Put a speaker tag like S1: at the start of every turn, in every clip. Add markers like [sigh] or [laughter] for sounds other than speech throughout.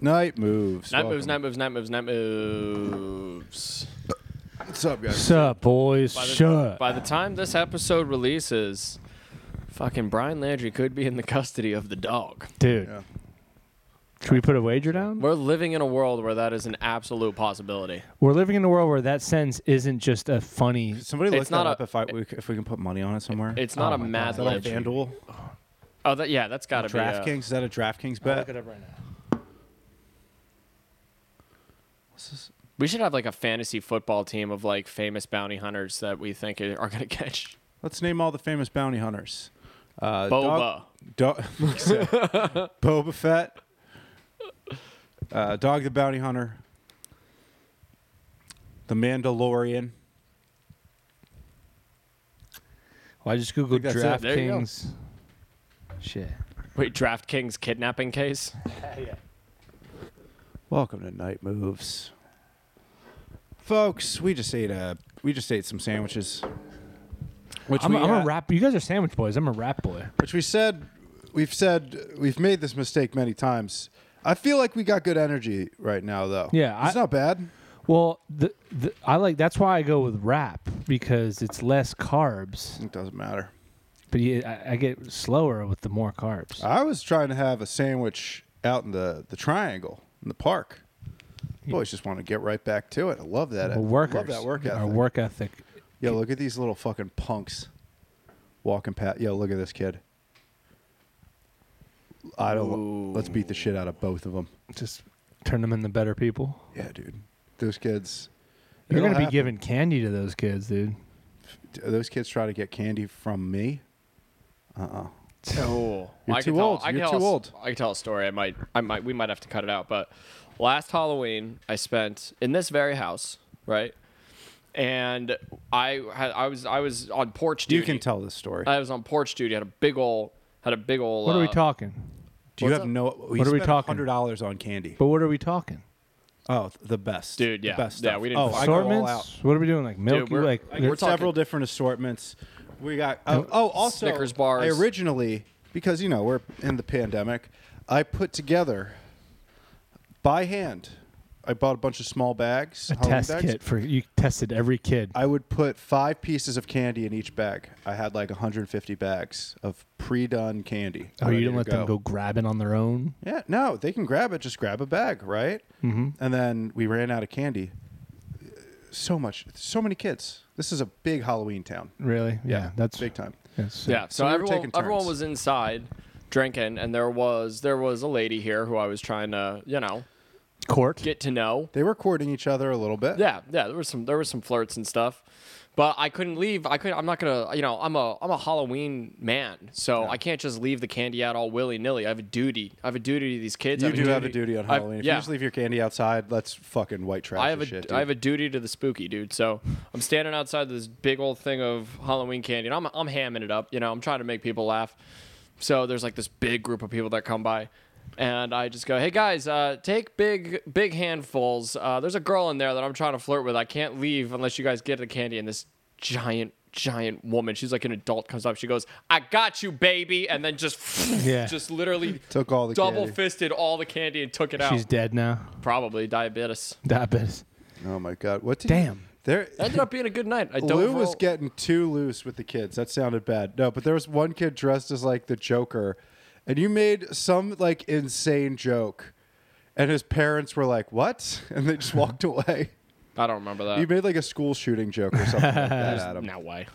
S1: Night moves.
S2: Night moves, night
S1: Welcome.
S2: moves, night moves, night moves.
S1: What's up, guys?
S3: Sup, boys?
S2: By the-
S3: Shut.
S2: By the time this episode releases, fucking Brian Landry could be in the custody of the dog.
S3: Dude,
S1: Yeah.
S3: should we put a wager down?
S2: We're living in a world where that is an absolute possibility.
S3: We're living in a world where that sentence isn't just a funny.
S1: Could Somebody look
S2: It's not
S1: that
S2: a-
S1: up if I we, c- if we can put money on it somewhere.
S2: It's not
S3: Oh
S2: a
S3: my
S2: mad
S1: is that a
S2: lib.
S1: FanDuel?
S2: Oh, that, yeah, that's got to be. uh,
S1: DraftKings? Is that a DraftKings bet?
S3: up right now.
S1: What's this?
S2: we should have like a fantasy football team of like famous bounty hunters that we think are going to catch
S1: Let's name all the famous bounty hunters. Uh, Dog, [laughs]
S2: Boba.
S1: dog, Boba Fett. Uh, Dog the Bounty Hunter. The Mandalorian.
S3: Well, I just googled
S1: I think that's it.
S2: There you go.
S3: DraftKings. Shit.
S2: Wait, DraftKings kidnapping case?
S1: Welcome to Night Moves. Folks, we just ate a we just ate some sandwiches. Which
S3: I'm,
S1: we,
S3: a- I'm
S1: uh,
S3: a rap. You guys are sandwich boys. I'm a rap boy.
S1: which we said we've said we've made this mistake many times. I feel like we got good energy right now though.
S3: Yeah,
S1: It's
S3: I-
S1: not bad.
S3: Well, the, the I like that's why I go with rap because it's less carbs,
S1: It doesn't matter.
S3: but you, I, I get slower with the more carbs.
S1: I was trying to have a sandwich out in the, the triangle in the park. Boys just want to get right back to it. I love that. I
S3: We're workers.
S1: Love that work
S3: Our
S1: ethic.
S3: work ethic.
S1: Yo, look at these little fucking punks walking past. Yo, look at this kid. I don't. Let's beat the shit out of both of them.
S3: Just turn them into better people.
S1: Yeah, dude. Those kids.
S3: You're
S1: it'll
S3: gonna be
S1: happen.
S3: giving candy to those kids, dude.
S1: Those kids try to get candy from me.
S2: Oh,
S1: You're
S2: I
S1: too
S2: could tell,
S1: old.
S2: I could
S1: You're
S2: tell
S1: too
S2: a s-
S1: old.
S2: I could tell a story. I might, I might, we might have to cut it out. But last Halloween, I spent in this very house, right? And I had, I was, I was on porch duty.
S1: You can tell this story.
S2: I was on porch duty. Had a big ol', had a big ol'.
S3: What are we
S2: uh,
S3: talking?
S1: Do you
S2: What's
S1: have
S2: up?
S1: no?
S3: What are we talking?
S1: Hundred dollars on candy.
S3: But what are we talking?
S1: Oh, th- the best,
S2: Dude, yeah.
S1: the best
S2: Yeah,
S1: stuff.
S2: we didn't-
S1: Oh, I go all out.
S3: Assortments? What are we doing? Like milky?
S2: we're-
S3: like
S2: I- we're
S3: it's-
S2: talking-
S1: several different assortments. We got oh, oh, also
S2: Snickers bars.
S1: I originally because you know we're in the pandemic, I put together by hand. I bought a bunch of small bags,
S3: a
S1: Halloween
S3: test
S1: bags.
S3: kit for you tested every kid.
S1: I would put five pieces of candy in each bag. I had like 150 bags of pre-done candy.
S3: oh,
S1: ready
S3: you didn't
S1: to
S3: let them go grabbing on their own.
S1: Yeah, no, they can grab it. Just grab a bag, right? Mm-hmm. And then we ran out of candy. So much, so many kids. This is a big Halloween town.
S3: Really? Yeah, that's
S1: big time.
S3: That's,
S2: Yeah.
S1: So
S2: So,
S1: we were
S2: everyone,
S1: taking
S2: everyone
S1: turns.
S2: was inside drinking, and there was there was a lady here who I was trying to, you know,
S3: court.
S2: get to know.
S1: They were courting each other a little bit.
S2: Yeah, yeah. There was some there was some flirts and stuff, but I couldn't leave. I couldn't. I'm not gonna. You know, I'm a I'm a Halloween man, so I can't just leave the candy out all willy nilly. I have a duty. I have a duty to these kids. I
S1: you do have a duty on
S2: I-
S1: Halloween. if
S2: yeah.
S1: you just leave your candy outside, let's fucking white trash.
S2: I have a I
S1: this shit, dude.
S2: have a duty to the spooky dude. So I'm standing outside this big old thing of Halloween candy, and I'm I'm hamming it up. You know, I'm trying to make people laugh. So there's like this big group of people that come by, and I just go, "Hey guys, uh, take big big handfuls. Uh, there's a girl in there that I'm trying to flirt with. I can't leave unless you guys get the candy." And this giant giant woman, she's like an adult, comes up. She goes, "I got you, baby," and then just
S3: Yeah.
S2: just literally
S1: [laughs] Took all the
S2: double
S1: candy.
S2: fisted all the candy and took it
S3: She's
S2: out.
S3: dead now.
S2: Probably diabetes.
S3: Diabetes.
S1: oh my god, what? Did
S3: Damn.
S1: there.
S2: That ended up being a good night. I
S1: Lou
S2: dove
S1: was
S2: roll-
S1: getting too loose with the kids. That sounded bad. No, but there was one kid dressed as like the Joker, and you made some like insane joke, and his parents were like, "What?" [laughs] and they just walked away.
S2: I don't remember that.
S1: You made like a school shooting joke or something like
S2: [laughs]
S1: that, Adam.
S2: no way.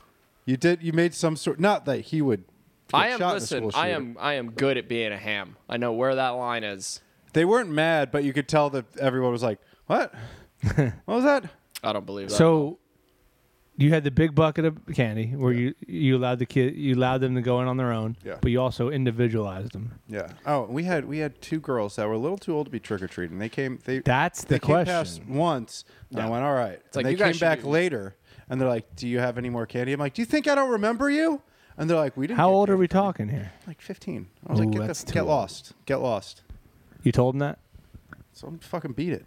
S1: You did. You made some sort. Not that he would. Get
S2: I am
S1: Shot in
S2: listen.
S1: a school
S2: I
S1: shooting.
S2: am I am good at being a ham. I know where that line is.
S1: They weren't mad, but you could tell that everyone was like,
S2: [laughs]
S1: "What? what was that?"
S2: I don't believe that.
S3: So you had the big bucket of candy where you you allowed the kid you allowed them to go in on their own,
S1: Yeah.
S3: but you also individualized them.
S1: Yeah. Oh, we had we had two girls that were a little too old to be trick or treating. They came. They
S3: That's the
S1: they came past
S3: question.
S1: once, and I
S2: Yeah.
S1: went, "All right." It's
S2: like,
S1: and
S2: you
S1: they
S2: guys
S1: came
S2: should
S1: back
S2: do-
S1: later, and they're like, "Do you have any more candy?" I'm like, "Do you think I don't remember you?" And they're like, "We didn't."
S3: How
S1: get
S3: old are
S1: candy."
S3: we talking here?
S1: Like 15. I was
S3: Ooh,
S1: like, "Get,
S3: that's
S1: the,
S3: too
S1: get
S3: old.
S1: lost. Get lost."
S3: You told them that?
S1: So I'm fucking beat it.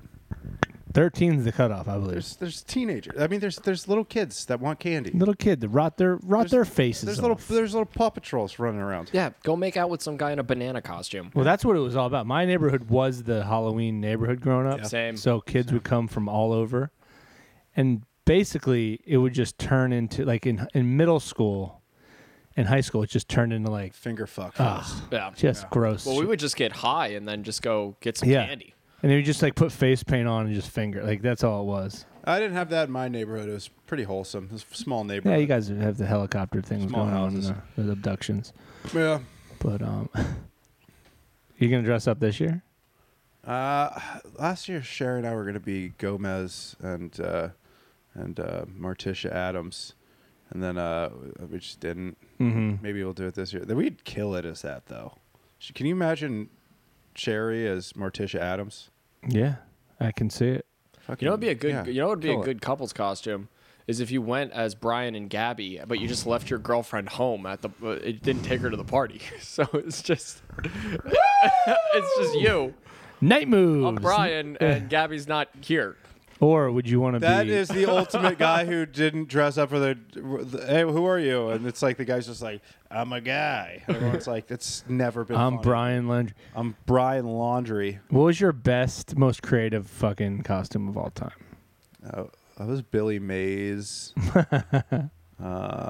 S3: Thirteen's the cutoff, I believe.
S1: There's there's teenagers. I mean, there's there's little kids that want candy.
S3: Little kid to rot their rot
S1: There's-
S3: their faces.
S1: There's little
S3: off.
S1: there's little Paw Patrols running around.
S2: Yeah, go make out with some guy in a banana costume.
S3: Well, that's what it was all about. My neighborhood was the Halloween neighborhood growing up.
S1: Yeah.
S2: Same.
S3: So kids would come from all over, and basically it would just turn into like in in middle school, and high school it just turned into like
S1: Finger fuck.
S3: Ah.
S1: fest.
S2: Yeah.
S3: just gross.
S2: Well, we
S3: shit.
S2: would just get high and then just go get some
S3: Yeah.
S2: candy.
S3: and they would just like put face paint on and just finger like that's all it was.
S1: I didn't have that in my neighborhood. It was pretty wholesome. It was a small
S3: Yeah,
S1: neighborhood.
S3: you guys have the helicopter things
S1: Small
S3: going
S1: houses.
S3: on and the, the abductions,
S1: Yeah.
S3: but um, [laughs] you gonna dress up this year?
S1: Uh, last year, Sharon and I were going to be Gomez and uh, and uh, Marticia Adams, and then uh, we just didn't.
S3: Mm-hmm.
S1: Maybe we'll do it this year. Then We'd kill it as that though. Sh- Can you imagine Sherry as Marticia Adams?
S3: Yeah, I can see it.
S2: You know, it'd be a good.
S1: Yeah,
S2: you know, it'd be
S1: kill
S2: a
S1: it.
S2: good couple's costume. Is if you went as Brian and Gabby, but you just left your girlfriend home at the. uh, It didn't take her to the party, [laughs] so it's just. [laughs] it's just you.
S3: Night moves.
S2: I'm Brian, and Gabby's not here.
S3: Or would you want to be?
S1: That is
S2: [laughs]
S1: the ultimate guy who didn't dress up for the. Hey, who are you? And it's like the guy's just like, I'm a guy. Everyone's like, it's never been.
S3: I'm
S1: funny.
S3: Brian Lundgren.
S1: I'm Brian Laundry.
S3: What was your best, most creative fucking costume of all time?
S1: Oh, that was Billy Mays.
S2: I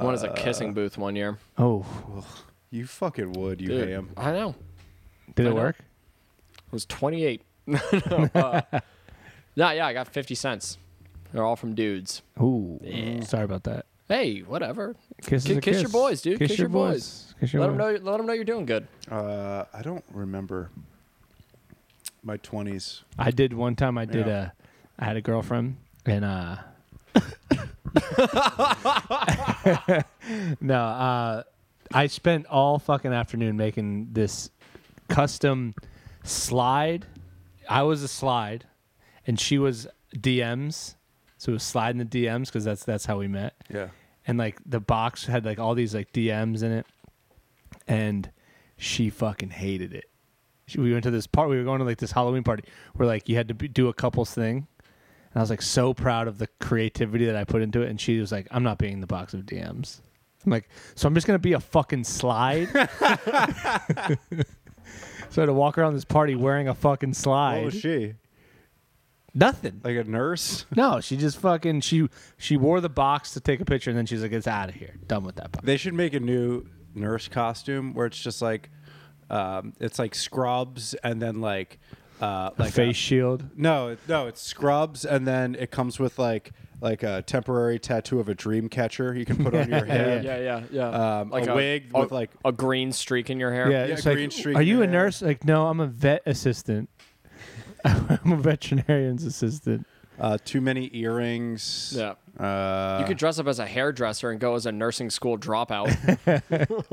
S2: went as a kissing booth one year.
S3: Oh,
S1: You fucking would, you
S2: Dude,
S1: ham.
S2: I know.
S3: did
S2: I
S3: it
S2: know.
S3: work?
S2: It was 28. [laughs] no, uh, nah, yeah, I got 50 cents. They're all from dudes.
S3: Ooh, sorry about that.
S2: Hey, whatever.
S3: Kiss, is
S2: Ki-
S3: a
S2: kiss your boys, dude. Kiss your
S3: Kiss your
S2: Let them
S3: boys.
S2: know. Let them know you're doing good.
S1: Uh, I don't remember my twenties.
S3: I did one time. I did
S1: Yeah.
S3: uh I had a girlfriend, and uh, [laughs] no, uh, I spent all fucking afternoon making this custom slide. I was a slide, and she was DMs, so it was sliding the DMs because that's that's how we met
S1: Yeah.
S3: and like the box had like all these like DMs in it, and she fucking hated it. She, we went to this party. We were going to like this Halloween party where like you had to be, do a couples thing, and I was like so proud of the creativity that I put into it. And she was like, "I'm not being in the box of DMs." I'm like, "So I'm just gonna be a fucking slide." [laughs] so I had to walk around this party wearing a fucking
S1: What
S3: slide.
S1: was she?
S3: Nothing.
S1: Like a nurse?
S3: No, she just fucking she she wore the box to take a picture, and then she's like, "It's out of here. Done with that." box."
S1: They should make a new nurse costume where it's just like, um, it's like scrubs and then like, uh, like a-
S3: face shield.
S1: no, it- no, it's scrubs and then it comes with like like a temporary tattoo of a dream catcher you can put on your head.
S2: Yeah, yeah, yeah.
S1: Um, a wig with, like-
S2: a green streak in your hair.
S3: Yeah,
S1: Yeah,
S3: it's like,
S1: green streak
S3: are
S1: in
S3: you a
S1: your hair."
S3: nurse? Like, no, I'm a vet assistant. [laughs] I'm a veterinarian's assistant.
S1: Uh, too many earrings.
S2: Yeah.
S1: Uh,
S2: You could dress up as a hairdresser and go as a nursing school dropout.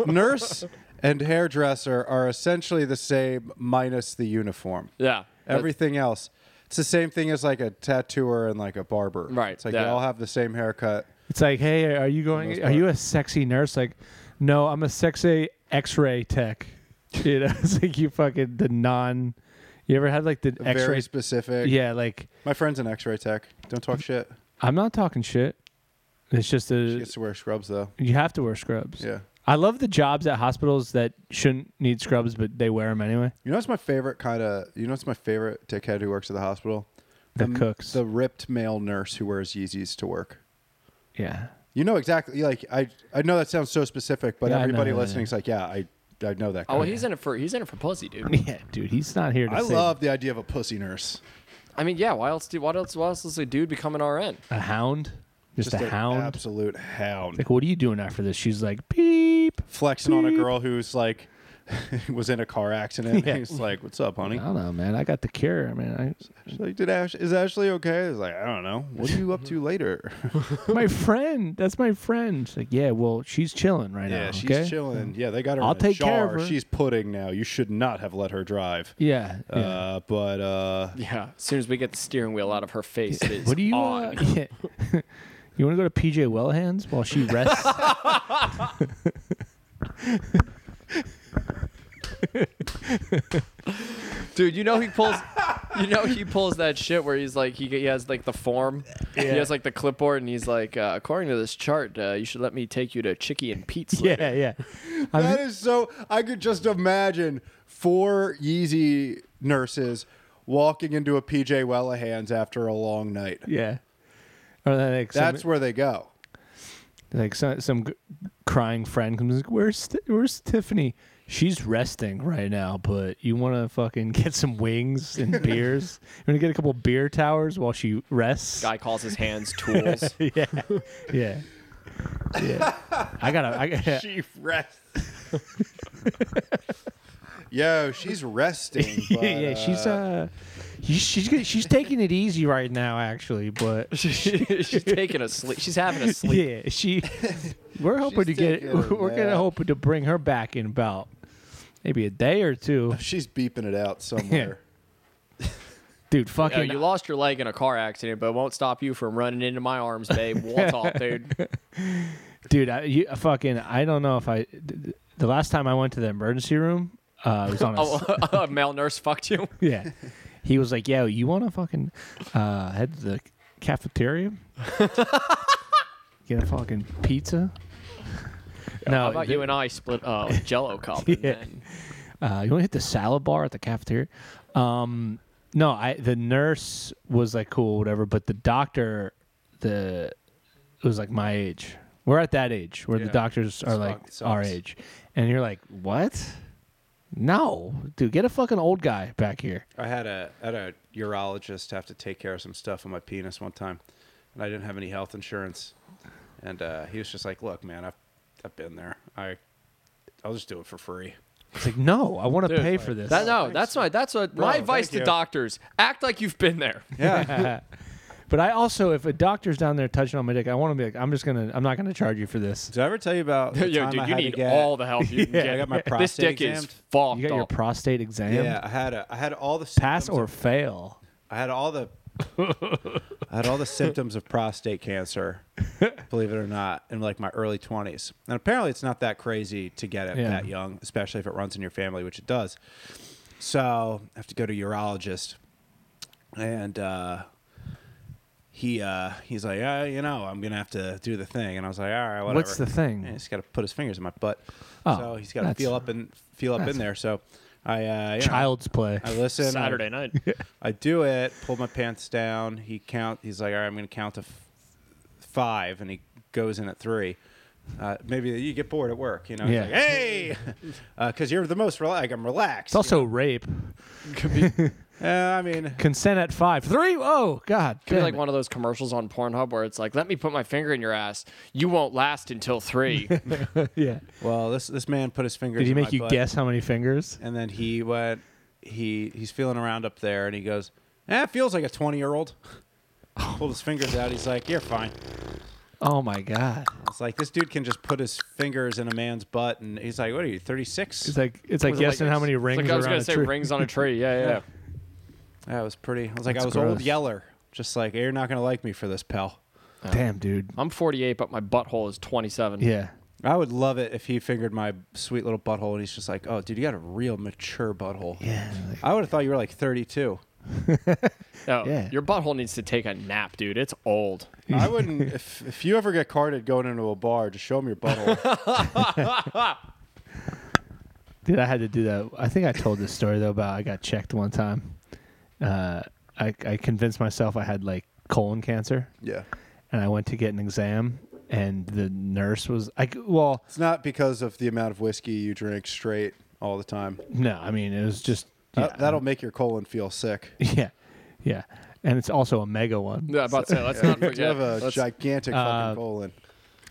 S1: nurse and hairdresser are essentially the same minus the uniform.
S2: yeah.
S1: Everything else. It's the same thing as like a tattooer and like a barber.
S2: Right,
S1: It's like they
S2: yeah.
S1: all have the same haircut.
S3: It's like, hey, are you
S1: most
S3: going? Are
S1: part.
S3: you a sexy nurse? Like, no, I'm a sexy X-ray tech. [laughs] You know, it's like you fucking the non. You ever had like the
S1: Very
S3: X-ray?
S1: specific.
S3: Yeah, like
S1: My friend's an x ray tech. Don't talk shit.
S3: I'm not talking shit. It's just
S1: She
S3: a,
S1: gets to wear scrubs though.
S3: you have to wear scrubs.
S1: Yeah.
S3: I love the jobs at hospitals that shouldn't need scrubs, but they wear them anyway.
S1: You know what's my favorite kind of you know what's my favorite dickhead who works at the hospital?
S3: The
S1: m-
S3: cooks.
S1: The ripped male nurse who wears Yeezys to work.
S3: Yeah. [laughs]
S1: You know exactly like I I know that sounds so specific, but
S3: Yeah, I know
S1: everybody
S3: that,
S1: listening's like, yeah, I I know that guy.
S2: Oh, well, he's in it for he's in it for pussy, dude.
S3: Yeah, dude, he's not here to
S1: I
S3: save
S1: love the idea of a pussy nurse.
S2: I mean, yeah. Why else do what else? Why else does a dude become an RN?
S3: a hound, just, a
S1: an
S3: hound.
S1: absolute hound.
S3: Like, what are you doing after this? She's like, beep.
S1: Flexing on a girl who's like [laughs] was in a car accident.
S3: [laughs] Yeah.
S1: He's like, "What's up, honey?"
S3: I don't know, man. I got the cure. I mean,
S1: She's like, "Did Ash is Ashley okay?" He's like, "I don't know. What are you up
S3: Mm-hmm.
S1: to later?"
S3: I,
S1: [laughs]
S3: my friend. That's my friend. She's like, yeah. Well, she's chilling right now.
S1: yeah, she's
S3: okay?
S1: chilling. Yeah, they got her.
S3: I'll
S1: in a
S3: take
S1: jar.
S3: care of her.
S1: She's pudding now. You should not have let her drive.
S3: Yeah. yeah.
S1: Uh, but uh,
S2: Yeah. As soon as we get the steering wheel out of her face, it is
S3: what do you?
S2: on.
S3: Uh, [laughs] yeah. you want to go to PJ Wellhands while
S1: [laughs]
S3: she rests? [laughs]
S2: Dude, you know he pulls you know he pulls that shit where he's like he, he has like the form he
S3: Yeah.
S2: has like the clipboard and he's like uh, according to this chart uh, you should let me take you to Chicky and Pete's later."
S3: yeah, yeah. I mean,
S1: That is so. I could just imagine four Yeezy nurses walking into a PJ Wellahans after a long night.
S3: yeah. Or then, like, some-
S1: That's where they go.
S3: like some some g- crying friend comes like where's Ti- where's Tiffany she's resting right now but you want to fucking get some
S1: [laughs]
S3: wings and beers you want to get a couple beer towers while she rests
S2: guy calls his hands tools
S3: [laughs] yeah [laughs] yeah yeah I gotta I gotta
S1: She rests. [laughs] Yo, she's resting. But,
S3: [laughs] yeah she's uh she's she's, gonna, she's taking it easy right now actually but
S1: [laughs]
S2: [laughs] she's taking a sleep she's having a sleep
S3: [laughs]
S1: [laughs]
S3: yeah she we're hoping
S1: She's
S3: to get
S1: taking a
S3: [laughs] we're gonna
S1: nap.
S3: hope to bring her back in about maybe a day or two
S1: she's beeping it
S3: [laughs]
S1: out somewhere.
S3: dude
S2: Yeah,
S3: fucking
S2: Uh, you lost your leg in a car accident, but it won't stop you from running into my arms, babe.
S3: [laughs]
S2: What's up, dude?
S3: dude I, you, I fucking i don't know if i d- d- the last time i went to the emergency room uh it
S2: [laughs]
S3: was on a,
S2: Oh,
S3: s- [laughs]
S2: a male nurse fucked you.
S3: yeah he was like yo you want to fucking uh head to the
S2: [laughs]
S3: cafeteria get a fucking pizza no
S2: How about
S3: the-
S2: you and I split
S3: [laughs]
S2: uh, a Jello cup? And
S3: Oh, Yeah.
S2: then
S3: uh, you want to hit the salad bar at the cafeteria? Um, no, I the nurse was like cool, whatever, but the doctor, the was like my age. We're at that age where
S1: Yeah.
S3: the doctors are like
S1: fucked
S3: our
S1: sucks.
S3: age, and you're like, what? No, dude, get a fucking old guy back here.
S1: I had a had a urologist have to take care of some stuff on my penis one time, and I didn't have any health insurance, and uh, he was just like, "Look, man, I've I've been there. I I'll just do it for free."
S3: It's like, no, I want to
S2: Dude,
S3: pay for this.
S2: That, no, that's my that's what
S1: Bro,
S2: my advice
S1: thank
S2: to
S1: you.
S2: doctors: act like you've been there.
S1: Yeah,
S3: [laughs] but I also, if a doctor's down there touching on my dick, I want to be like, I'm just gonna, I'm not gonna charge you for this.
S1: Did I ever tell you [laughs] about the
S2: Yo,
S1: time
S2: dude,
S1: I
S2: you
S1: had
S2: need
S1: to get,
S2: all the help you can
S1: I
S2: get.
S1: got my
S2: this
S1: prostate
S2: dick is
S1: examed.
S2: fucked
S3: You got your
S2: up.
S3: prostate exam.
S1: Yeah, I had a I had all the
S3: Pass
S1: symptoms
S3: or
S1: of-
S3: fail.
S1: I had all the I had all the symptoms of prostate cancer, believe it or not, in like my early twenties. And apparently, it's not that crazy to get it
S3: Yeah.
S1: that young, especially if it runs in your family, which it does. So I have to go to a urologist, and uh, he uh, he's like, uh, you know, I'm gonna have to do the thing, and I was like, all right, whatever.
S3: What's the thing?
S1: And he's got to put his fingers in my butt,
S3: Oh,
S1: so he's got to
S3: that's-
S1: feel up and feel up in there. So I uh, you know,
S3: Child's play.
S1: I
S4: uh,
S1: listen. I-
S2: Saturday night.
S1: I do it. Pull my pants down. He count. He's like, all right, I'm going to count to f- five, and he goes in at three. Uh, maybe you get bored at work, you know? He's
S3: Yeah.
S1: like, hey, [laughs] because you're the most relaxed. I'm relaxed.
S3: It's also rape.
S1: Uh, I mean,
S3: Consent at five. Three. Oh God.
S2: Could be
S3: damn
S2: like
S3: it.
S2: one of those commercials on Pornhub where it's like, "Let me put my finger in your ass. You won't last until three.
S3: yeah.
S1: well, this this man put his fingers.
S3: Did he
S1: in my
S3: make you
S1: butt,
S3: guess how many fingers?
S1: And then he went. He he's feeling around up there, and he goes, "Eh, it feels like a 20 year
S3: [laughs]
S1: old." Pulled his fingers out. He's like, "You're fine."
S3: Oh my God.
S1: It's like this dude can just put his fingers in a man's butt, and he's like, "What are you, 36?"
S3: It's like it's like
S2: Was it
S3: guessing how many
S2: it's
S3: rings
S2: Like, I was
S3: are
S2: gonna
S3: on a
S2: say
S3: tree.
S2: rings on a tree. Yeah, yeah. yeah.
S1: That was pretty. I was like,
S3: That's
S1: I was old
S3: gross.
S1: yeller. Just like, you're not going to like me for this, pal.
S3: Damn, dude.
S2: I'm 48, but my butthole is 27.
S3: Yeah.
S1: I would love it if he fingered my sweet little butthole and he's just like, oh, dude, you got a real mature butthole.
S3: Yeah. like-
S1: I would have thought you were like 32.
S2: Oh,
S3: Yeah.
S2: Your butthole needs to take a nap, dude. It's old.
S1: I wouldn't. If, if you ever get carded going into a bar, just show him your
S3: [laughs]
S1: butthole.
S3: Dude, I had to do that. I think I told this story though about I got checked one time. Uh, I I convinced myself I had like colon cancer,
S1: yeah.
S3: and I went to get an exam, and the nurse was like, well.
S1: It's not because of the amount of whiskey you drink straight all the time.
S3: No, I mean it was just
S1: That, that'll make your colon feel sick.
S3: [laughs] yeah, yeah, and it's also a mega one.
S2: Yeah, I'm about to say, let's not forget.
S1: You have a
S2: let's-
S1: gigantic
S3: uh,
S1: fucking colon.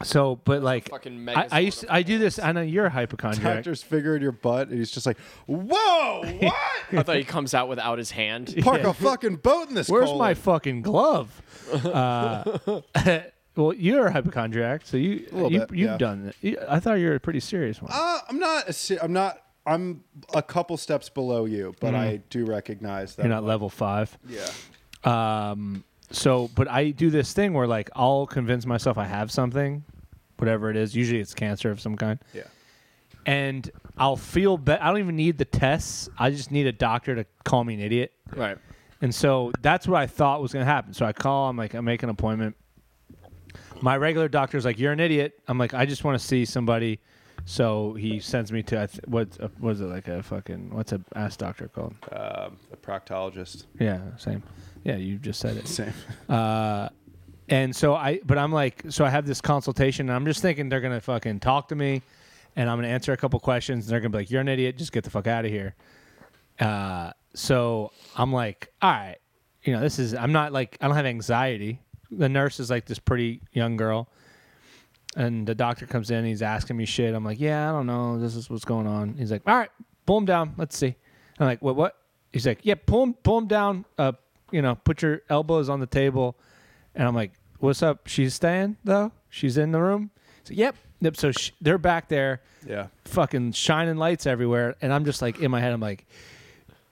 S3: So, but like,
S2: fucking mega
S3: I, I used to, I do this. I know you're a hypochondriac.
S1: Doctor's figured your butt, and he's just like,
S3: [laughs]
S1: "Whoa, what?
S2: I thought he comes out without
S1: [laughs]
S2: his hand.
S1: Park a fucking boat in this."
S3: Where's
S1: colon.
S3: my fucking glove?
S1: [laughs]
S3: Uh, [laughs] well, you're a hypochondriac, so you,
S1: little
S3: you
S1: bit,
S3: you've
S1: yeah.
S3: done it. You- I thought you were a pretty serious one.
S1: Uh, I'm not. a se- I'm not. I'm a couple steps below you, but I do recognize that.
S3: Mm. you're not level five.
S1: yeah.
S3: Um, so, but I do this thing where like I'll convince myself I have something, whatever it is. Usually, it's cancer of some kind.
S1: Yeah.
S3: and I'll feel better. I don't even need the tests. I just need a doctor to call me an idiot.
S2: Right.
S3: And so that's what I thought was going to happen. So I call, I'm like, I make an appointment. My regular doctor's like, you're an idiot. I'm like, I just want to see somebody. So he sends me to, I th- what, uh, what is it, like a fucking, what's a ass doctor called?
S1: Um, a proctologist.
S3: Yeah, same. Yeah, you just said it.
S1: Same.
S3: Uh, and so I, but I'm like, so I have this consultation, and I'm just thinking they're gonna fucking talk to me, and I'm gonna answer a couple questions, and they're gonna be like, "You're an idiot. Just get the fuck out of here." Uh, so I'm like, all right, you know, this is. I'm not like I don't have anxiety. The nurse is like this pretty young girl, and the doctor comes in. He's asking me shit. I'm like, yeah, I don't know. This is what's going on. He's like, all right, pull him down. Let's see. I'm like, what? What? He's like, yeah, pull him, pull him down. Uh, you know, put your elbows on the table. And I'm like, what's up? She's staying though. She's in the room. He's like, yep, yep. So sh- they're back there
S1: Yeah.
S3: fucking shining lights everywhere and i'm just like in my head i'm like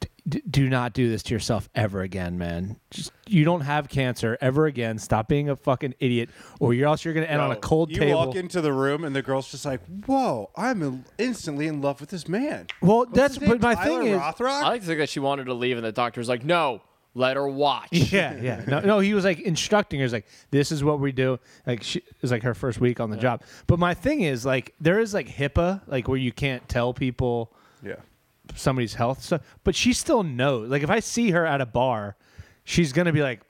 S3: "D- d- do not do this to yourself ever again man just you don't have cancer ever again stop being a fucking idiot or you're else you're gonna end on a
S1: No,
S3: cold
S1: you
S3: table
S1: walk into the room and the girl's just like, "Whoa, I'm in- instantly in love with this man."
S3: well
S1: What's
S3: that's
S1: his name,
S3: but my
S1: Tyler
S3: thing is
S1: Rothrock?
S2: I like to think that she wanted to leave, and the doctor was like, "No, let her watch."
S3: [laughs] yeah yeah no no he was like instructing her he's like this is what we do like she it was like her first week on the job but my thing is like there is like hipaa like where you can't tell people
S1: yeah.
S3: somebody's health stuff, but she still knows. Like if I see her at a bar, she's gonna be like,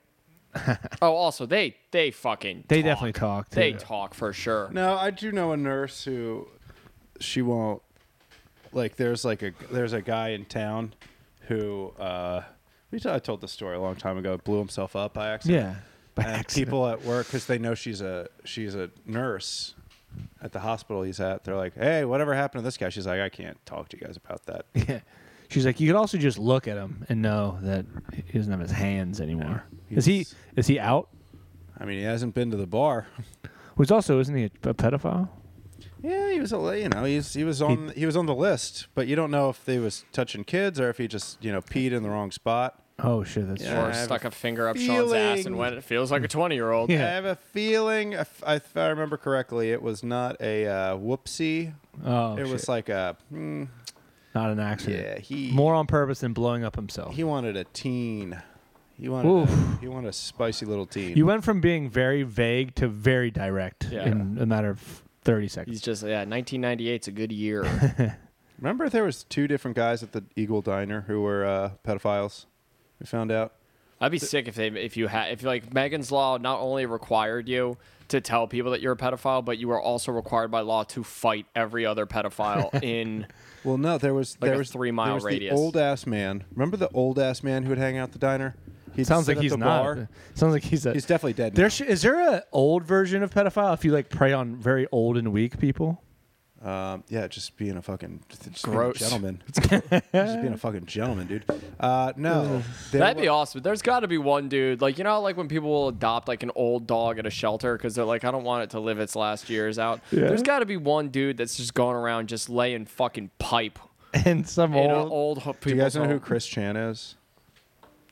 S2: Oh, also they they fucking
S3: they
S2: talk.
S3: definitely talked.
S2: they talk for sure.
S1: No, I do know a nurse who she won't like there's like a there's a guy in town who uh we t- I told this story a long time ago, blew himself up by accident.
S3: yeah. By
S1: and
S3: accident.
S1: people at work because they know she's a she's a nurse at the hospital he's at. They're like, "Hey, whatever happened to this guy?" She's like, "I can't talk to you guys about that."
S3: [laughs] Yeah. She's like, you could also just look at him and know that he doesn't have his hands anymore.
S1: Yeah,
S3: is he
S1: he's-
S3: is he out?
S1: I mean, he hasn't been to the bar.
S3: Which also isn't he a, a pedophile?
S1: Yeah, he was a you know he's he was on he was on the list, but you don't know if they was touching kids or if he just you know peed in the wrong spot.
S3: Oh shit, that's
S1: Yeah.
S2: [laughs]
S3: yeah.
S2: Or
S1: I have
S2: stuck
S1: a
S2: a finger up Sean's ass
S1: feeling-
S2: and went. It feels
S3: [laughs]
S2: like a twenty year old.
S3: Yeah.
S1: I have a feeling, if I, if I remember correctly, it was not a uh, whoopsie.
S3: oh
S1: it
S3: shit.
S1: was like a mm,
S3: not an accident.
S1: yeah. He
S3: More on purpose than blowing up himself.
S1: he wanted a teen. He wanted a,
S3: Oof.
S1: he wanted a spicy little teen.
S3: you went from being very vague to very direct
S2: Yeah.
S3: in a matter of thirty
S2: He's
S3: seconds.
S2: just yeah. 1998's a good
S3: [laughs]
S2: year.
S1: remember there was two different guys at the Eagle Diner who were uh, pedophiles. We found out.
S2: I'd be sick if they if you had if like Megan's Law not only required you to tell people that you're a pedophile, but you were also required by law to fight every other
S3: [laughs]
S2: pedophile in.
S1: Well, no, there was
S2: Like
S1: there
S2: a
S1: was
S2: three-mile
S1: there was
S2: radius.
S1: The old ass man. Remember the old ass man who would hang out at the diner? He
S3: Sounds like he's not. Sounds like he's a
S1: He's definitely dead.
S3: There sh- is there a old version of pedophile if you like prey on very old and weak people?
S1: Um, yeah, just being a fucking just
S2: Gross.
S1: being a
S2: [laughs]
S1: gentleman. just being a fucking gentleman, dude. Uh, no, there
S2: That'd be
S1: wa-
S2: awesome. There's got to be one dude like you know like when people will adopt like an old dog at a shelter because they're like I don't want it to live its last years out.
S3: Yeah.
S2: There's got to be one dude that's just going around just laying fucking pipe
S3: And some
S2: in
S3: old,
S2: old, old ho-
S1: Do you guys
S2: people's
S1: know who
S2: home.
S1: Chris Chan is?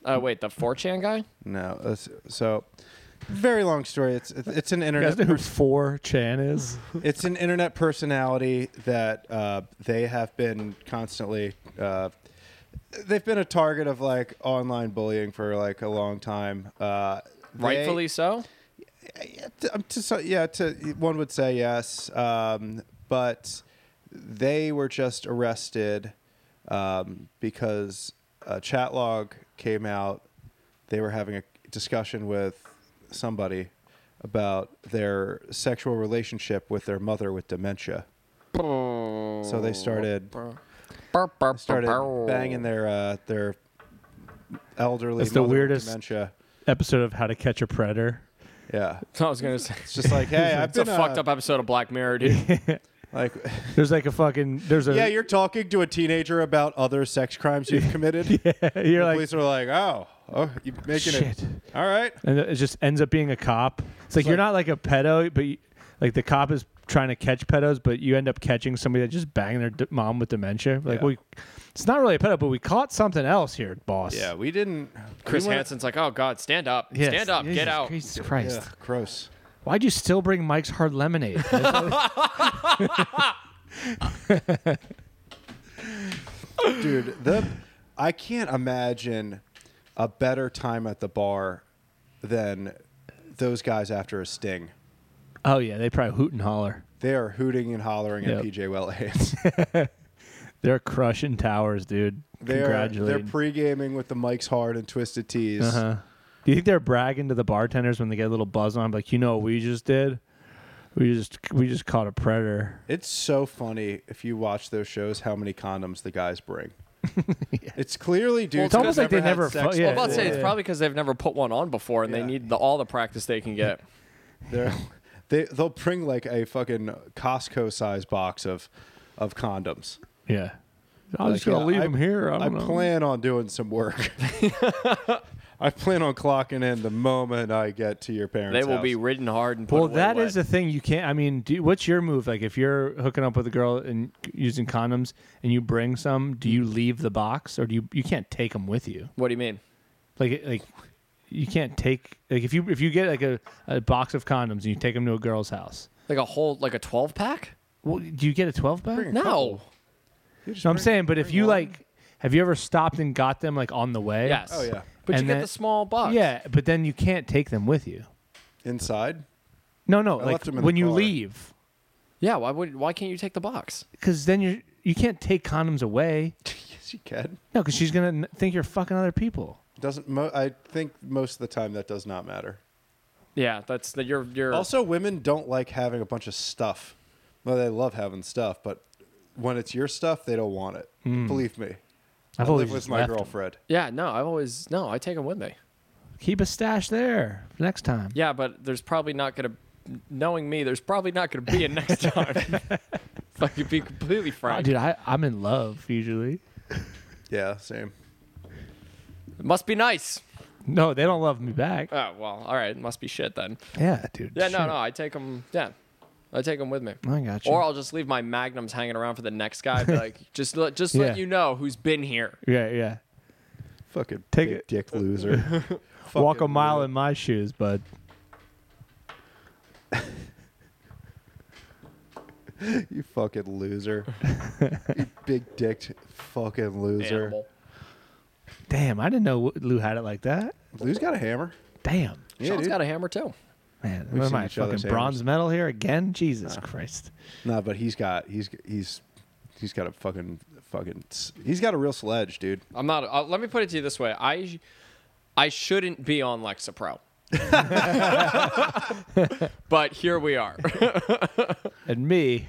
S2: Oh wait, the 4chan guy.
S1: No. that's- So, very long story. It's it's it's an
S3: you guys
S1: internet.
S3: know who
S1: pers-
S3: four chan is?
S1: it's an internet personality that uh, they have been constantly. Uh, they've been a target of like online bullying for like a long time. Uh, they-
S2: Rightfully so.
S1: Yeah, to, um, to so, yeah, to one would say yes, um, but they were just arrested um, because a chat log came out. They were having a discussion with somebody about their sexual relationship with their mother with dementia. So
S4: Oh.
S1: they started started banging their uh, their elderly
S3: It's the
S1: mother with
S3: weirdest-
S1: dementia.
S3: [laughs] Episode of How to Catch a Predator.
S1: Yeah,
S2: I was gonna say.
S1: it's just like hey, I've
S2: [laughs] It's a
S1: been
S2: fucked
S1: uh,
S2: up episode of Black
S1: [laughs]
S2: Mirror, dude.
S1: like.
S3: There's like a fucking there's a
S1: Yeah, you're talking to a teenager about other sex crimes
S3: [laughs]
S1: you've committed. The
S3: you're,
S1: police are like, "Oh, oh, you're making
S3: shit,
S1: it. All right,
S3: and it just ends up being a cop. It's like you're not like a pedo, but you, like the cop is trying to catch pedos, but you end up catching somebody that just banged their d- mom with dementia. Like
S1: Yeah.
S3: we, it's not really a pedo, but we caught something else here, boss.
S1: yeah, we didn't."
S2: uh, Chris
S1: we wanna-
S2: Hansen's like, oh god, stand up,
S3: Yes.
S2: stand up,
S3: Jesus
S2: get out.
S3: Jesus Christ.
S1: Yeah, gross.
S3: Why'd you still bring Mike's
S1: [laughs]
S3: hard lemonade?
S1: dude the i can't imagine a better time at the bar than those guys after a sting.
S3: Oh yeah, they probably hoot and holler.
S1: They are hooting and hollering
S3: Yep.
S1: at PJ Wellhead.
S3: They're crushing towers, dude.
S1: they're they're
S3: Congratulations.
S1: pre gaming with the Mike's Hard and Twisted Tees.
S3: uh-huh. Do you think they're bragging to the bartenders when they get a little buzz on, like you know what we just did? We just we just caught a predator.
S1: It's so funny if you watch those shows how many condoms the guys
S3: [laughs]
S1: bring. It's clearly dudes.
S2: it's
S1: who've
S2: almost
S3: like they
S1: had
S3: never
S1: sex
S3: fu- yeah.
S2: I'm about to say it's
S3: Yeah.
S2: probably because they've never put one on before, and
S1: Yeah.
S2: they need the, all the practice they can get.
S1: They're, they they'll bring like a fucking Costco size box of of condoms.
S3: Yeah, I'm
S1: Like,
S3: just gonna
S1: yeah,
S3: leave
S1: I-
S3: them here. I,
S1: I
S3: don't know.
S1: plan on doing some
S2: [laughs]
S1: work. I plan on clocking in the moment I get to your parents.
S2: They will be
S1: house.
S2: ridden hard and put
S3: Well,
S2: away
S3: that
S2: wet.
S3: is the thing. You can't. I mean, do, what's your move? Like, if you're hooking up with a girl and using condoms, and you bring some, do you leave the box, or do you? You can't take them with you.
S2: What do you mean?
S3: Like, like you can't take. Like, if you if you get like a, a box of condoms and you take them to a girl's house,
S2: Like a whole, like a 12 pack?
S3: well, do you get a twelve pack?
S1: Bring
S3: No,
S1: a
S2: No.
S1: You just
S3: I'm
S1: bring-
S3: saying, but if
S1: bring
S3: you
S1: one.
S3: like, have you ever stopped and got them like on the way?
S2: Yes.
S1: Oh, yeah.
S2: But
S3: And
S2: you get
S3: that-
S2: the small
S1: Oh,
S2: box.
S3: Yeah, but then you can't take them with you.
S1: inside,
S3: No, no,
S1: I
S3: like
S1: left 'em in the
S3: when you
S1: car.
S3: leave,
S2: Yeah. Why would? Why can't you take the box?
S3: because then you you can't take condoms away.
S1: [laughs] yes, you can.
S3: No, because she's gonna n- think you're fucking other people.
S1: Doesn't mo- I think most of the time that does not matter.
S2: Yeah. That's that. You're. You're.
S1: Also, women don't like having a bunch of stuff. Well, they love having stuff, but when it's your stuff, they don't want it. Believe me.
S3: I've
S1: I
S3: always
S1: live with
S3: just
S1: my
S3: left 'em.
S1: girlfriend.
S2: yeah. No. I've always. No. I take them with me.
S3: Keep a stash there for next time.
S2: Yeah. But there's probably not gonna. Knowing me, there's probably not gonna be a [laughs] next time. if I could be completely
S3: Oh,
S2: frank,
S3: dude, I, I'm in love usually.
S1: Yeah, same.
S2: it must be nice.
S3: No, they don't love me back.
S2: Oh well. All right. It must be shit then.
S3: yeah, dude.
S2: Yeah. No.
S3: shit.
S2: No. I take them. Yeah. I take them with me.
S3: I got you.
S2: Or I'll just leave my magnums hanging around for the next guy. Be
S1: [laughs]
S2: like, just let, just
S3: Yeah.
S2: let you know who's been here.
S3: yeah, yeah.
S1: Fucking
S3: Take
S1: big
S3: it.
S1: dick loser.
S3: Walk a
S1: Fucking
S3: mile
S1: weirdo.
S3: in my shoes, bud.
S1: [laughs] You fucking [laughs] loser. you big dicked fucking loser.
S2: Animal.
S3: Damn, I didn't know Lou had it like that.
S1: Lou's got a hammer.
S3: Damn.
S1: Yeah,
S2: Sean's
S1: dude.
S2: got a hammer too.
S3: Man, what am
S1: seen
S3: I,
S1: each other's
S3: fucking bronze medal here again? Jesus Christ.
S1: No, but he's got he's he's he's got a fucking fucking he's got a real sledge, dude.
S2: I'm not. Uh, let me put it to you this way: I, sh- I shouldn't be on Lexapro, but here we are. [laughs]
S3: And me.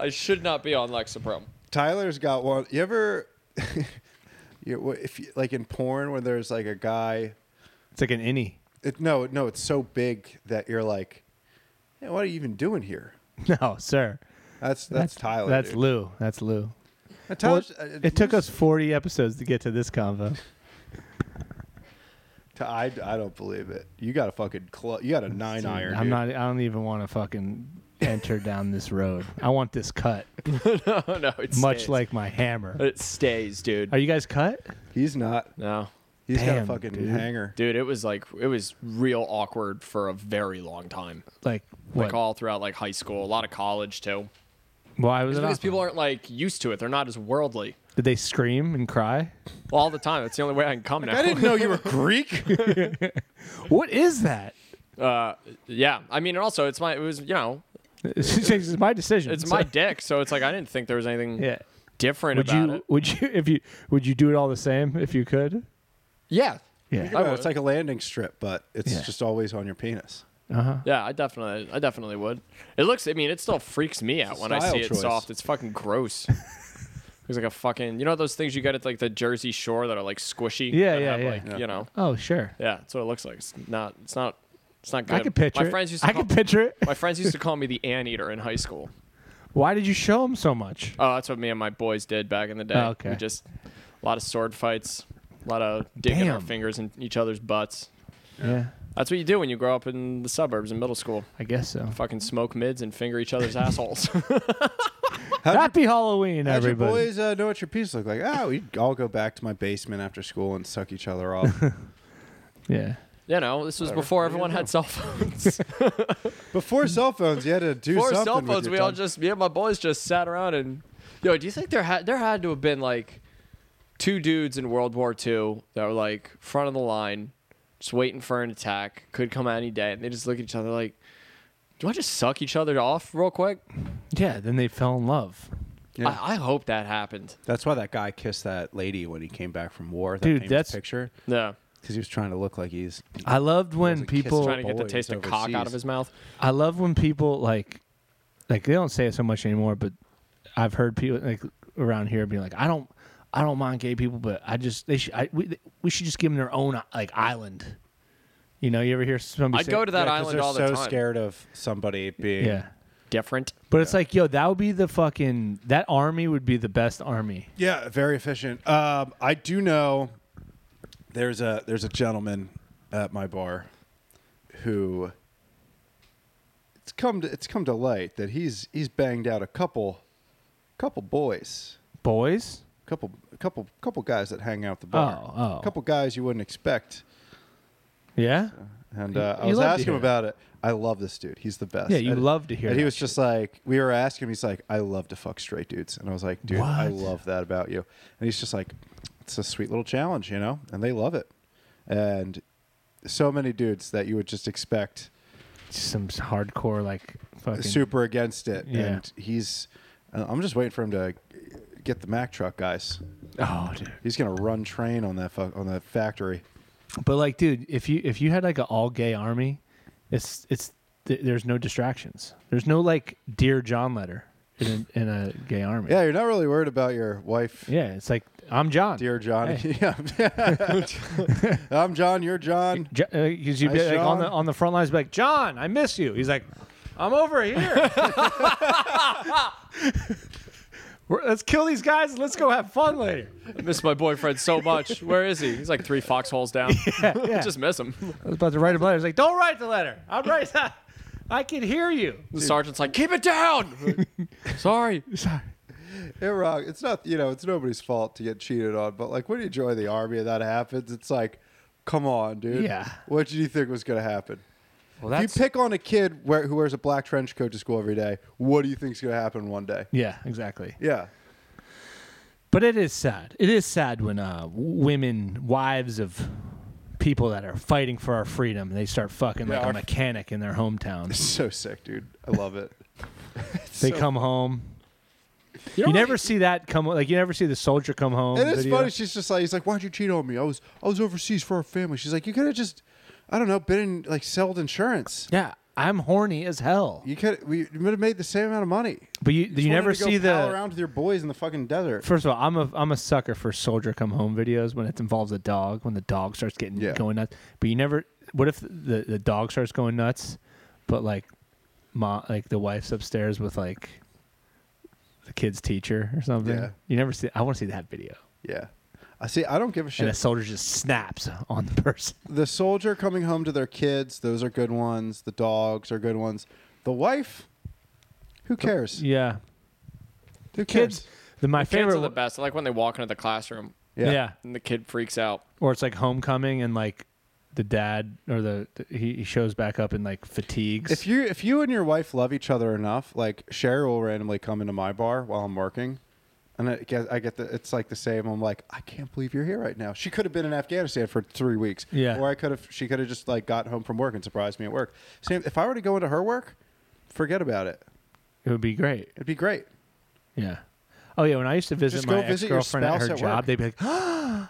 S2: I should not be on Lexapro.
S1: Tyler's got one. You ever [laughs] you wh- if you, like in porn when there's like a guy
S3: It's like an innie.
S1: it, no, no, it's so big that you're like, "Yeah, what are you even doing here?
S3: [laughs] No, sir.
S1: That's that's, Tyler.
S3: That's
S1: dude.
S3: Lou. That's Lou.
S1: Uh, Tyler's-
S3: Well,
S1: uh,
S3: it took
S1: Lou's-
S3: us 40 episodes to get to this convo.
S1: To, I, I don't believe it. You got a fucking cl- you got a nine iron.
S3: I'm
S1: dude.
S3: not. I don't even want to fucking enter down this road. I want this cut,
S2: [laughs] Oh no, it
S3: much
S2: stays.
S3: like my hammer.
S2: it stays, dude.
S3: Are you guys cut?
S1: He's not.
S2: no,
S1: He's got a
S3: Damn,
S1: fucking
S3: dude.
S1: hanger.
S2: dude, it was like it was real awkward for a very long time,
S3: Like what?
S2: like all throughout like high school, a lot of college too.
S3: Why was
S2: It's
S3: it?
S2: because
S3: awkward?
S2: people aren't like used to it; they're not as worldly
S3: Did they scream and cry?
S2: all the time. That's the only way I can come now.
S1: I didn't know you were Greek.
S3: What is that? [laughs]
S2: Uh, [laughs] yeah, I mean, and also it's my it was you know
S3: it's my decision.
S2: it's
S3: so- [laughs]
S2: my dick, so it's like I didn't think there was anything
S3: Yeah.
S2: different
S3: Would
S2: about
S3: you?
S2: it.
S3: Would [laughs] you? If you? Would you do it all the same if you could?
S2: Yeah.
S3: Yeah.
S1: No,
S2: I would.
S1: it's like a landing strip, but it's
S3: Yeah.
S1: just always on your penis.
S3: Uh huh.
S2: Yeah, I definitely I definitely would. It looks I mean, it still freaks me out
S1: a
S2: when I
S1: style
S2: see it
S1: choice.
S2: soft. It's fucking
S3: [laughs]
S2: gross. It's like a fucking you know those things you get at like the Jersey Shore that are like squishy.
S3: Yeah,
S2: that
S3: yeah,
S2: have,
S3: yeah.
S2: Like,
S1: Yeah.
S2: You know,
S3: Oh sure.
S2: yeah, that's what it looks like. It's not. It's not. It's not good.
S3: I can picture.
S2: My
S3: it.
S2: friends used to
S3: I
S2: call,
S3: can picture it.
S2: my friends used to call me the anteater in high school.
S3: Why did you show him so much?
S2: Oh, that's what me and my boys did back in the day.
S3: Oh, okay.
S2: We just a lot of sword fights, a lot of digging our
S3: Damn.
S2: fingers in each other's butts.
S3: yeah.
S2: That's what you do when you grow up in the suburbs in middle school.
S3: I guess so.
S2: Fucking smoke mids and finger each other's assholes. [laughs]
S3: Happy Halloween,
S1: How'd your
S3: everybody.
S1: boys uh, know what your penis look like? Oh, we'd all go back to my basement after school and suck each other off.
S3: Yeah.
S2: You know, this was before everyone had
S1: [laughs]
S2: cell phones.
S1: Before cell phones, you had to do
S2: before
S1: something.
S2: cell
S1: with
S2: phones,
S1: your
S2: we all
S1: tongue.
S2: just me and my boys just sat around and yo. Do you think there had there had to have been like two dudes in World War II that were like front of the line, just waiting for an attack, could come any day, and they just look at each other like, "Do I just suck each other off real quick?"
S3: Yeah, then they fell in love.
S1: Yeah.
S2: I, I hope that happened.
S1: That's why that guy kissed that lady when he came back from war. That
S3: Dude,
S1: famous
S3: that's-
S1: picture
S2: Yeah,
S1: because he was trying to look like he's.
S3: I loved when
S1: wasn't kissing
S3: people
S1: Oh,
S2: trying to get the
S1: boy,
S2: taste
S1: he's
S2: of cock out
S1: overseas.
S2: of his mouth.
S3: I love when people like, like they don't say it so much anymore, but I've heard people like around here being like, I don't, I don't mind gay people, but I just they should, I, we, we should just give them their own like island. You know, you ever hear somebody?
S2: I'd
S3: say-
S2: go to that
S1: Yeah, 'cause
S2: island
S1: they're
S2: all the
S1: so
S2: time.
S1: scared of somebody being.
S3: Yeah,
S2: Different.
S3: but it's like, yo, that would be the fucking that army would be the best army.
S1: Yeah, Uh, very efficient. Um, I do know there's a there's a gentleman at my bar who it's come to it's come to light that he's he's banged out a couple couple boys.
S3: Boys,
S1: Couple couple couple guys that hang out at the bar.
S3: Oh, oh.
S1: Couple guys you wouldn't expect.
S3: yeah,
S1: And
S3: You-
S1: uh, I
S3: you
S1: was
S3: love to
S1: asking
S3: hear
S1: him about it. I love this dude. He's the best.
S3: yeah, you
S1: And-
S3: love to hear.
S1: and he
S3: that
S1: was
S3: shit.
S1: just like, we were asking him, he's like, I love to fuck straight dudes. And I was like, dude, I
S3: What?
S1: love that about you. And he's just like, it's a sweet little challenge, you know? And they love it. And so many dudes that you would just expect
S3: some hardcore like fucking
S1: super against it.
S3: Yeah.
S1: And he's, uh, I'm just waiting for him to get the Mack truck, guys.
S3: Oh, dude.
S1: He's going to run train on that, fu- on that factory.
S3: But like, dude, if you if you had like an all gay army, it's it's th- there's no distractions. There's no like dear John letter in a, in a gay army.
S1: Yeah, you're not really worried about your wife.
S3: yeah. It's like I'm John.
S1: Dear Johnny,
S3: Hey.
S1: [laughs] yeah. I'm John. You're John.
S3: because uh, you'd be
S1: Nice
S3: like on the
S1: John.
S3: on the front lines, be like John, I miss you. He's like, I'm over here. [laughs] We're, let's kill these guys. and Let's go have fun later.
S2: I miss my boyfriend so much. Where is he? He's like three foxholes down.
S3: [laughs] yeah.
S2: Just miss him.
S3: I was about to write a letter. He's like, don't write the letter. I'll write [laughs] that. I can hear you.
S2: The sergeant's like, keep it down. Sorry.
S3: Sorry.
S1: You're wrong. It's not you know, it's nobody's fault to get cheated on, but like when you join the army and that happens, it's like, come on, dude.
S3: Yeah.
S1: What did you think was gonna happen?
S3: Well,
S1: if you pick on a kid where, who wears a black trench coat to school every day, what do you think's gonna happen one day?
S3: yeah, exactly.
S1: Yeah. [laughs]
S3: But it is sad. It is sad when uh, w- women, wives of people that are fighting for our freedom, they start fucking
S1: Yeah,
S3: like
S1: our-
S3: a mechanic in their hometown.
S1: So sick, dude. I love [laughs] it.
S3: they
S1: So-
S3: come home. You, never see that come like you never see the soldier come home.
S1: And it's
S3: video.
S1: funny, she's just like he's like, Why'd you cheat on me? I was I was overseas for our family. She's like, You could have just I don't know, been in like sold insurance.
S3: Yeah, I'm horny as hell.
S1: You could we would have made the same amount of money.
S3: But you,
S1: just
S3: you never
S1: wanted to go
S3: see
S1: pal
S3: the.
S1: around with your boys in the fucking desert.
S3: First of all, I'm a I'm a sucker for soldier come home videos when it involves a dog when the dog starts getting
S1: Yeah.
S3: going nuts. But you never. What if the the dog starts going nuts, but like, ma like the wife's upstairs with like the kid's teacher or something.
S1: Yeah.
S3: You never see. I want to see that video.
S1: Yeah. I see. I don't give a
S3: And a
S1: shit.
S3: soldier just snaps on the person.
S1: The soldier coming home to their kids, those are good ones. The dogs are good ones. The wife, who cares?
S3: Yeah.
S1: Who
S3: Kids.
S1: cares?
S3: The, my
S2: Kids
S3: favorite.
S2: are the
S3: one-
S2: best. I like when they walk into the classroom
S3: Yeah.
S2: and the kid freaks out.
S3: Or it's like homecoming and like the dad or the, the- he, he shows back up in like fatigues.
S1: If you if you and your wife love each other enough, like Sherry will randomly come into my bar while I'm working, and I get I get the it's like the same. I'm like, I can't believe you're here right now. She could have been in Afghanistan for three weeks,
S3: Yeah.
S1: Or I could have she could have just like got home from work and surprised me at work. Same. If I were to go into her work, forget about it.
S3: it would be great.
S1: It'd be great.
S3: Yeah. Oh yeah, when I used to visit
S1: Just go
S3: my
S1: visit
S3: ex
S1: your
S3: girlfriend at
S1: spouse
S3: her
S1: at
S3: job,
S1: work.
S3: they'd be like, "Oh!"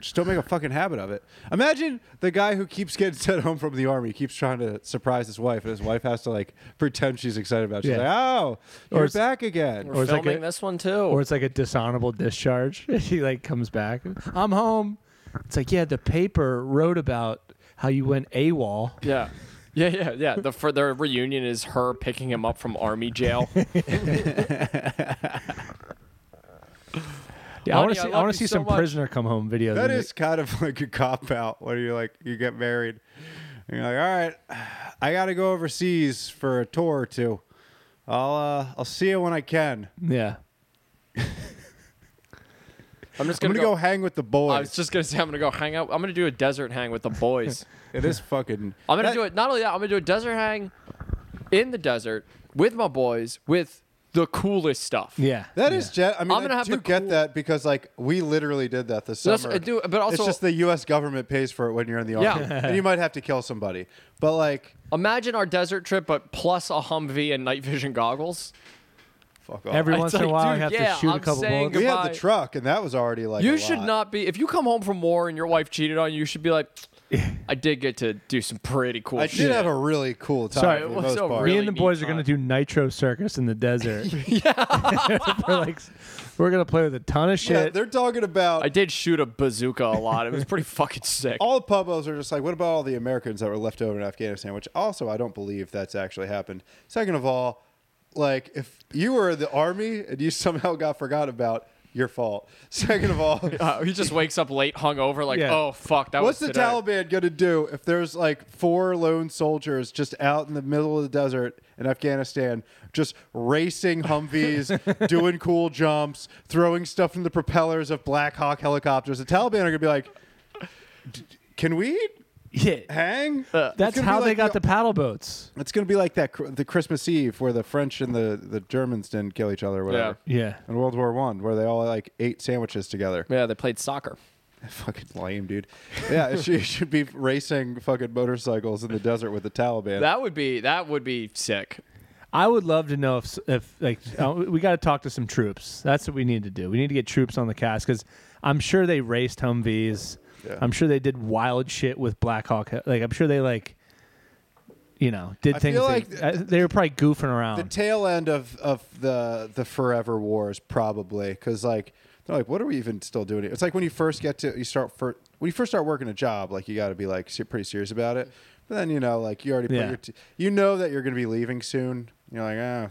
S1: Just don't make a fucking habit of it. Imagine the guy who keeps getting [laughs] sent home from the army, keeps trying to surprise his wife, and his wife has to like pretend she's excited about. It. She's
S3: Yeah.
S1: like, "Oh,
S3: Or
S1: you're
S3: it's-
S1: back
S2: We're
S1: again."
S3: Or it's like
S2: filming
S3: a-
S2: this one too.
S3: or it's like a dishonorable discharge. [laughs] he like comes back, I'm home. It's like, yeah, the paper wrote about how you went AWOL.
S2: yeah. Yeah, yeah, yeah. The for their reunion is her picking him up from army
S3: [laughs]
S2: jail.
S3: Yeah, I
S2: Honey,
S3: want to
S2: I
S3: see, I
S2: love
S3: want
S2: you
S3: to see
S2: so
S3: some
S2: much.
S3: prisoner come home videos.
S1: That
S3: And they-
S1: is kind of [laughs] like a cop out when you like you get married. And you're like, "All right, I got to go overseas for a tour or two. I'll uh, I'll see you when I can.
S3: yeah.
S2: I'm just
S1: I'm
S2: gonna,
S1: gonna go, hang with the
S2: I was
S1: boys.
S2: just gonna say I'm gonna go hang out. I'm gonna do a desert hang with the boys.
S1: it is fucking.
S2: I'm gonna
S1: that-
S2: do it. Not only that, I'm gonna do a desert hang in the desert with my boys with the coolest stuff.
S3: Yeah.
S1: That is, gen- I mean,
S2: I'm gonna
S1: I
S2: have
S1: do
S2: the
S1: get
S2: cool-
S1: that because like we literally did that this
S2: That's-
S1: summer.
S2: I do- but also-
S1: it's just the U.S. government pays for it when you're in the army,
S2: Yeah.
S1: and you might have to kill somebody. But like,
S2: Imagine our desert trip, but plus a Humvee and night vision goggles.
S1: fuck off.
S3: Every
S2: It's
S3: once in a
S2: like,
S3: while,
S2: dude,
S3: you have
S2: yeah,
S3: to shoot
S2: I'm
S3: a couple
S2: saying
S3: bullets.
S1: we had the
S2: goodbye.
S1: truck, and that was already like a
S2: You should
S1: lot.
S2: not be. If you come home from war and your wife cheated on you, you should be
S3: [laughs]
S2: like, I did get to do some pretty cool
S1: I
S2: shit.
S1: did have a really cool time.
S3: Sorry,
S1: for the
S2: it was
S1: most
S2: a
S1: part.
S3: Me
S2: really
S3: and the
S2: neat
S3: boys are
S2: time.
S3: going to do nitro circus in
S2: [laughs]
S3: the desert. [laughs] we're like, we're going to play with a ton of
S1: yeah,
S3: shit.
S1: they're talking about
S2: I did shoot a bazooka a lot. It was pretty [laughs] fucking sick.
S1: all the Pueblos are just like, what about all the Americans that were left over in Afghanistan? Which also, I don't believe that's actually happened. Second of all, like if you were in the army and you [laughs] somehow got forgot about, your fault. Second of
S2: [laughs]
S1: all,
S2: Uh, he just wakes up late, hungover, like,
S3: Yeah.
S2: oh fuck, that
S1: what's
S2: was
S1: the
S2: today."
S1: Taliban going to do if there's like four lone soldiers just out in the middle of the desert in Afghanistan, just racing
S2: [laughs]
S1: Humvees, doing cool jumps, throwing stuff from the propellers of Black Hawk helicopters? The Taliban are going to be like, "D- can we
S3: yeah.
S1: hang?
S2: Uh,
S3: That's how they got the paddle boats.
S1: It's going to be like that cr- the Christmas Eve where the French and the, the Germans didn't kill each other, or whatever.
S3: Yeah.
S1: In World War One, where they all like ate sandwiches together.
S2: Yeah, they played soccer.
S1: [laughs] Fucking lame, dude. Yeah, she should be racing fucking motorcycles in the desert with the Taliban.
S2: That would be that would be sick.
S3: I would love to know if, if like, uh, we got to talk to some troops. That's what we need to do. We need to get troops on the cast because I'm sure they raced Humvees.
S1: Yeah.
S3: I'm sure they did wild shit with Black Hawk. Like, I'm sure they like, you know, did
S1: I
S3: things.
S1: feel
S3: they-
S1: like th-
S3: uh, they were probably goofing around.
S1: the tail end of of the the forever wars probably because like they're like what are we even still doing here? it's like when you first get to you start for when you first start working a job like you got to be like se- pretty serious about it but then you know like you already put
S3: Yeah.
S1: your t- you know that you're going to be leaving soon you're like ah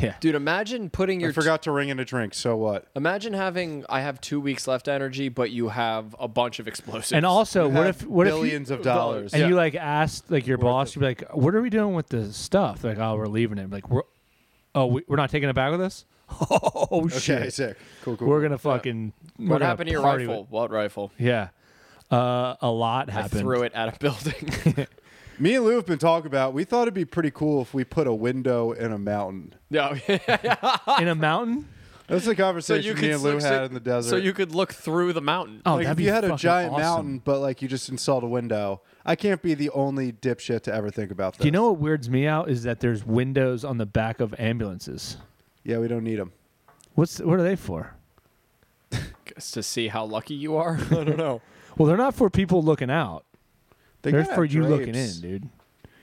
S3: yeah.
S2: Dude, imagine putting your
S1: i forgot to ring in a drink so what
S2: imagine having I have two weeks left energy, but you have a bunch of explosives.
S3: And also,
S1: You
S3: what
S1: have
S3: if what
S1: billions
S3: if you,
S1: of dollars
S3: and
S2: Yeah.
S3: you like asked like your boss, you'd be like, "What are we doing with the stuff?" They're like, "Oh, we're leaving it." Like, we're oh, we, we're not taking it back with us. [laughs] Oh
S1: okay
S3: shit,
S1: sick cool cool
S3: we're gonna fucking. we're
S2: what
S3: gonna
S2: happened to your
S3: party
S2: rifle?
S3: with-
S2: What rifle?
S3: yeah, uh, a lot
S2: I
S3: happened.
S2: threw it at a building.
S3: [laughs]
S2: [laughs]
S1: me and lou have been talking about we thought it'd be pretty cool if we put a window in a mountain
S2: no.
S3: in a mountain.
S1: that's the
S2: [laughs] so
S1: conversation
S2: you
S1: me
S2: could
S1: and lou
S2: look-
S1: had in the desert
S2: So you could look through the mountain.
S3: Oh,
S1: like
S3: that'd
S1: if
S3: be
S1: you had a
S3: fucking
S1: giant
S3: awesome.
S1: mountain, but like you just installed a window. I can't be the only dipshit to ever think about this.
S3: Do you know what weirds me out is that there's windows on the back of ambulances.
S1: Yeah, we don't need them.
S3: What's what are they for?
S2: Just to see how lucky
S1: [laughs]
S2: you are. I don't know.
S3: Well, they're not for people looking out.
S1: They
S3: They're
S1: gotta
S3: for
S1: have
S3: you looking in,
S1: drapes.
S3: dude.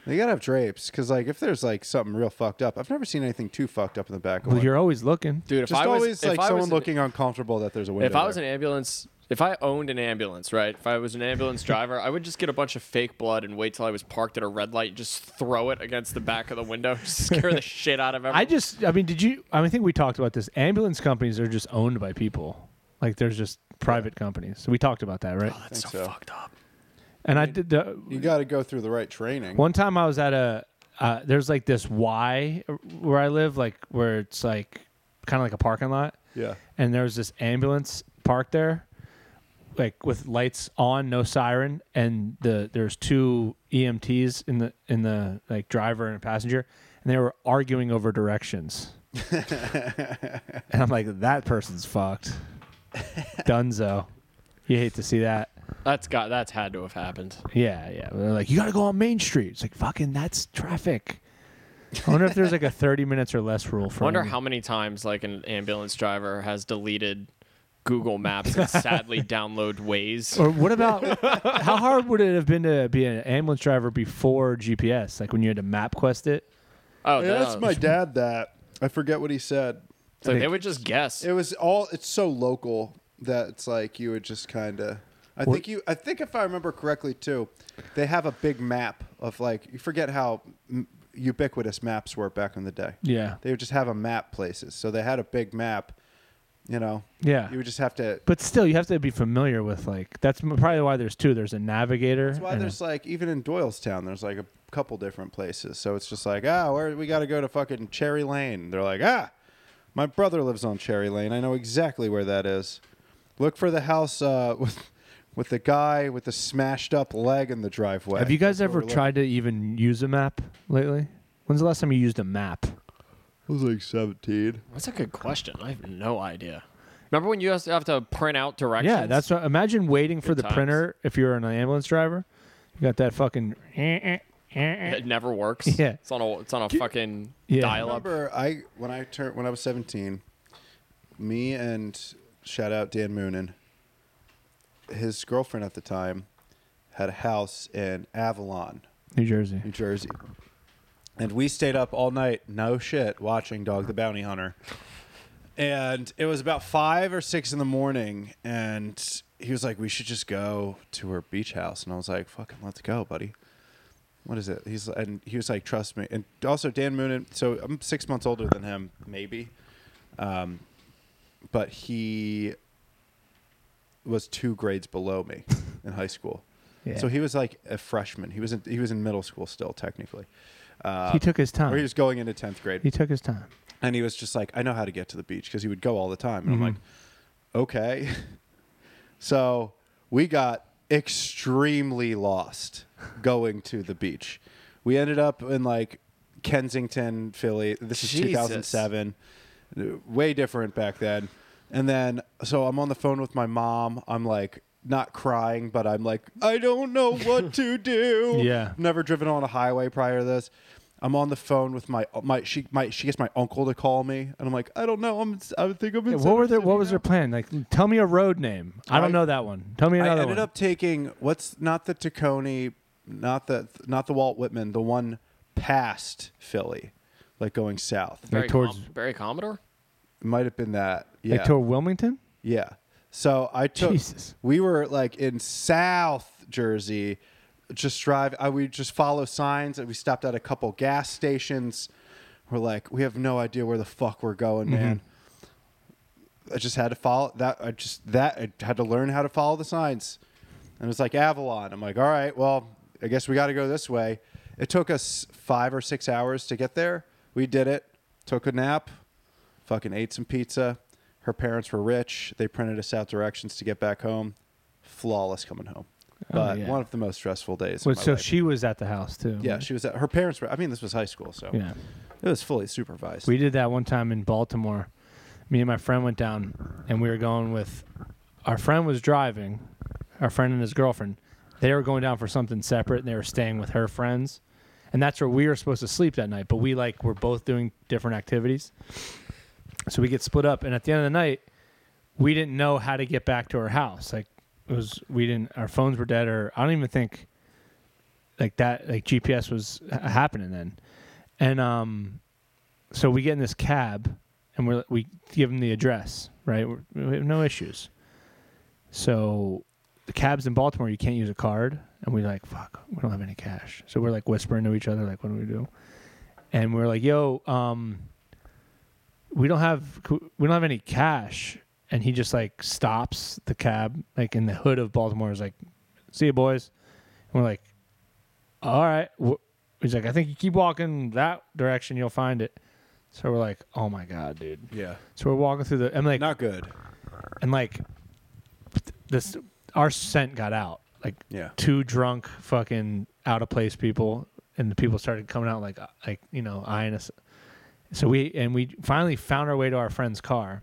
S1: They gotta have drapes because like if there's like something real fucked up, I've never seen anything too fucked up in the back. Of
S3: Well,
S1: one.
S3: you're always looking.
S2: [laughs] Dude, if
S1: just
S2: I was
S1: always
S2: if
S1: like
S2: I was
S1: someone
S2: in-
S1: looking uncomfortable that there's a window.
S2: If I was an
S1: there.
S2: ambulance, if I owned an ambulance, right? If I was an ambulance driver, I would just get a bunch of fake blood and wait till I was parked at a red light, and just throw it against the back of the window, [laughs] just scare the shit out of everyone.
S3: I just, I mean, did you? I, mean, I think we talked about this. Ambulance companies are just owned by people. Like, there's just private companies. So we talked about that, right?
S2: Oh, that's so,
S1: think so.
S2: fucked up.
S3: and I did. The,
S1: you gotta go through the right training.
S3: one time I was at a. Uh, there's like this Y where I live, like where it's like kind of like a parking lot,
S1: yeah,
S3: and there was this ambulance parked there, like with lights on, no siren, and the there's two EMTs in the in the like driver and passenger, and they were arguing over directions. and I'm like, that person's fucked. Dunzo. You hate to see that.
S2: That's got that's had to have happened.
S3: Yeah, yeah. They're like, you gotta go on Main Street. It's like fucking that's traffic. I wonder if there's like a thirty minutes or less rule for
S2: Wonder
S3: him.
S2: how many times like an ambulance driver has deleted Google Maps and
S3: [laughs]
S2: sadly download Waze.
S1: Oh,
S3: Or what about how hard would it have been to be an ambulance driver before GPS? Like when you had to map quest it?
S2: Oh,
S1: I
S2: no.
S1: asked my dad that. I forget what he said.
S2: It's like they would just guess.
S1: It was all. It's so local that it's like you would just kind of. I think you. I think if I remember correctly too, they have a big map of like you forget how m- ubiquitous maps were back in the day.
S3: Yeah.
S1: They would just have a map places, so they had a big map. You know.
S3: Yeah.
S1: You would just have to.
S3: But still you have to be familiar with like that's m- probably why there's two. There's a navigator.
S1: That's why
S3: and a-
S1: there's like even in Doylestown, there's like a couple different places. So it's just like ah, where we got to go to fucking Cherry Lane. They're like ah, my brother lives on Cherry Lane. I know exactly where that is. Look for the house uh, [laughs] with with the guy with the smashed up leg in the driveway.
S3: have you guys
S1: That's where
S3: ever
S1: we're looking.
S3: tried to even use a map lately? When's the last time you used a map?
S1: I was like 17.
S2: That's a good question. I have no idea. Remember when you used to have to print out directions?
S3: Yeah, that's what, imagine waiting for
S2: Good
S3: the
S2: times.
S3: printer if you're an ambulance driver. You got that fucking
S2: it. Never works.
S3: Yeah.
S2: it's on a it's on a fucking
S3: Yeah.
S2: dial up.
S1: remember I when I turned when I was 17, me and shout out Dan Moonen, his girlfriend at the time had a house in Avalon,
S3: New Jersey.
S1: New Jersey. And we stayed up all night, no shit, watching Dog the Bounty Hunter. And it was about five or six in the morning, and he was like, "We should just go to her beach house." And I was like, "Fucking let's go, buddy." What is it? He's and he was like, "Trust me." And also Dan Moonen. So I'm six months older than him, maybe, um, but he was two grades below me in high school.
S3: Yeah.
S1: So he was like a freshman. He was in, he was in middle school still technically. Uh,
S3: He took his
S1: or he
S3: time.
S1: was going into tenth grade,
S3: He took his time.
S1: and he was just like, I know how to get to the beach because he would go all the time. And
S3: Mhm.
S1: I'm like, okay. [laughs] so we got extremely lost going to the beach. We ended up in like Kensington, Philly. This is
S2: Jesus.
S1: 2007. Way different back then. And then, so I'm on the phone with my mom. I'm like, not crying, but I'm like, I don't know what
S3: [laughs]
S1: to do.
S3: Yeah.
S1: Never driven on a highway prior to this. I'm on the phone with my my she my she gets my uncle to call me, and I'm like, I don't know. I'm I think I'm in.
S3: Yeah, what were
S1: Center
S3: their, What
S1: City
S3: was
S1: now."
S3: their plan? Like, tell me a road name. I don't
S1: I-
S3: know that one. Tell me
S1: I
S3: another
S1: ended
S3: one.
S1: up taking what's not the Tacony, not the not the Walt Whitman, the one past Philly, like going south.
S3: Like
S2: Barry,
S3: towards-
S2: Com- Barry Commodore.
S1: It might have been that. Uh, Yeah.
S3: like toward Wilmington.
S1: Yeah. So I took.
S3: Jesus.
S1: We were like in South Jersey, just drive. I we just follow signs, and we stopped at a couple gas stations. We're like, we have no idea where the fuck we're going, man. I just had to follow that. I just that I had to learn how to follow the signs, and it's like Avalon. I'm like, all right, well, I guess we got to go this way. It took us five or six hours to get there. We did it. Took a nap. Fucking ate some pizza. Her parents were rich. They printed us out directions to get back home. Flawless coming home, but
S3: yeah.
S1: one of the most stressful days. of
S3: Wait,
S1: my
S3: Oh, so
S1: life.
S3: she was at the house too.
S1: yeah,
S3: right?
S1: she was. At, her parents were. I mean, this was high school, so
S3: yeah.
S1: it was fully supervised.
S3: We did that one time in Baltimore. Me and my friend went down, and we were going with our friend was driving, our friend and his girlfriend. They were going down for something separate, and they were staying with her friends, and that's where we were supposed to sleep that night. But we like were both doing different activities, so we get split up. And at the end of the night, we didn't know how to get back to our house. Like it was, we didn't. Our phones were dead, or I don't even think like that. Like GPS was h- happening then, and um, so we get in this cab and we we give them the address, right? We're, we have no issues. So the cabs in Baltimore, you can't use a card, and we're like, fuck, we don't have any cash. So we're like whispering to each other, like, what do we do? And we're like, yo, um, we don't have we don't have any cash. And he just like stops the cab, like in the hood of Baltimore, is like, see you boys. And we're like, all right. Wh- He's like, I think you keep walking that direction, you'll find it. So we're like, oh my god, dude.
S1: yeah,
S3: So we're walking through the. I'm like,
S1: not good.
S3: and like, this our scent got out. Like
S1: Yeah.
S3: two drunk, fucking out of place people, and the people started coming out like, uh, like you know, eyeing us. So we and we finally found our way to our friend's car.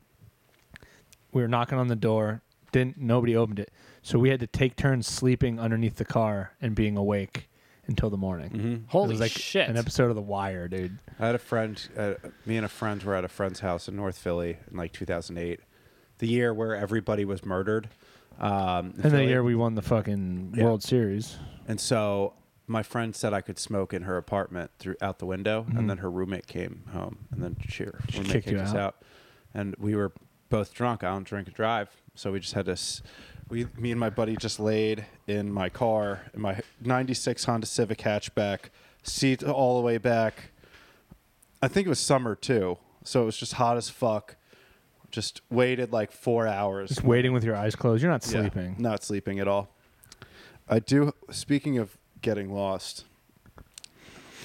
S3: We were knocking on the door. Didn't nobody opened it, so we had to take turns sleeping underneath the car and being awake until the morning. It
S2: Holy
S3: was like
S2: shit!
S3: an episode of The Wire, dude.
S1: Mm-hmm. I had a friend, uh, me and a friend were at a friend's house in North Philly in like 2008, the year where everybody was murdered. Um, in
S3: And the
S1: Philly.
S3: year we won the fucking
S1: Yeah.
S3: World Series.
S1: and so my friend said I could smoke in her apartment through out the window, and then her roommate came home, and then she, her
S3: Mm-hmm. She
S1: roommate
S3: kicked
S1: kicked
S3: you
S1: us
S3: out.
S1: out, and we were both drunk. I don't drink and drive, so we just had to. s- We, me and my buddy just laid in my car in my '96 Honda Civic hatchback, seat all the way back. I think it was summer too, so it was just hot as fuck. Just waited like four hours.
S3: Just waiting with your eyes closed. You're not
S1: Yeah,
S3: sleeping.
S1: not sleeping at all. I do. Speaking of getting lost,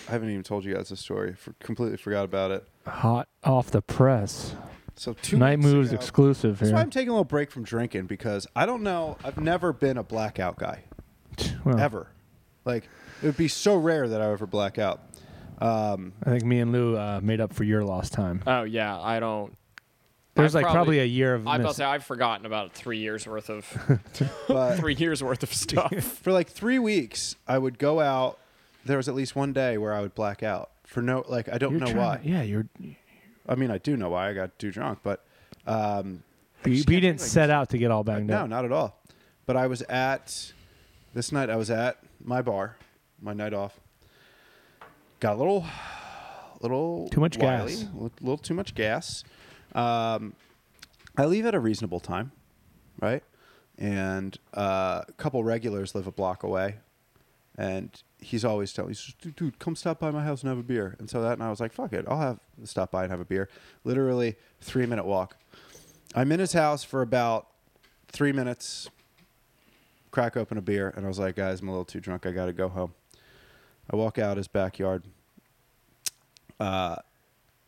S1: I haven't even told you guys this story. For, completely forgot about it.
S3: Hot off the press.
S1: So two
S3: Night
S1: weeks
S3: moves
S1: ago-
S3: exclusive
S1: That's
S3: here.
S1: why I'm taking a little break from drinking because I don't know. I've never been a blackout guy
S3: Well,
S1: ever. Like it would be so rare that I would ever black out.
S4: Um,
S3: I think me and Lou uh, made up for your lost time.
S2: Oh yeah, I don't.
S3: There's
S2: I
S3: like probably, a year of
S2: I'm about to
S3: miss-
S2: say I've forgotten about three years worth of
S3: [laughs]
S4: but
S2: three years worth of stuff.
S4: for like three weeks, I would go out. There was at least one day where I would black out for no, like I don't
S3: you're
S4: know
S3: trying-
S4: why.
S2: [laughs]
S3: Yeah, you're.
S4: I mean, I do know why I got too drunk, but um, I
S3: You, but
S4: just
S3: you
S4: can't do
S3: didn't
S4: things.
S3: set out to get all banged
S4: No,
S3: up.
S4: not at all. But I was at this night. I was at my bar, my night off. Got a little, little
S3: Too much
S4: wily,
S3: gas.
S4: A little too much gas. Um, I leave at a reasonable time, right? And uh, a couple regulars live a block away, and he's always telling me, "Dude, dude, come stop by my house and have a beer." And so that, and I was like, "Fuck it, I'll have stop by and have a beer." Literally three minute walk. I'm in his house for about three minutes, crack open a beer, and I was like, guys, I'm a little too drunk. I got to go home. I walk out his backyard. Uh,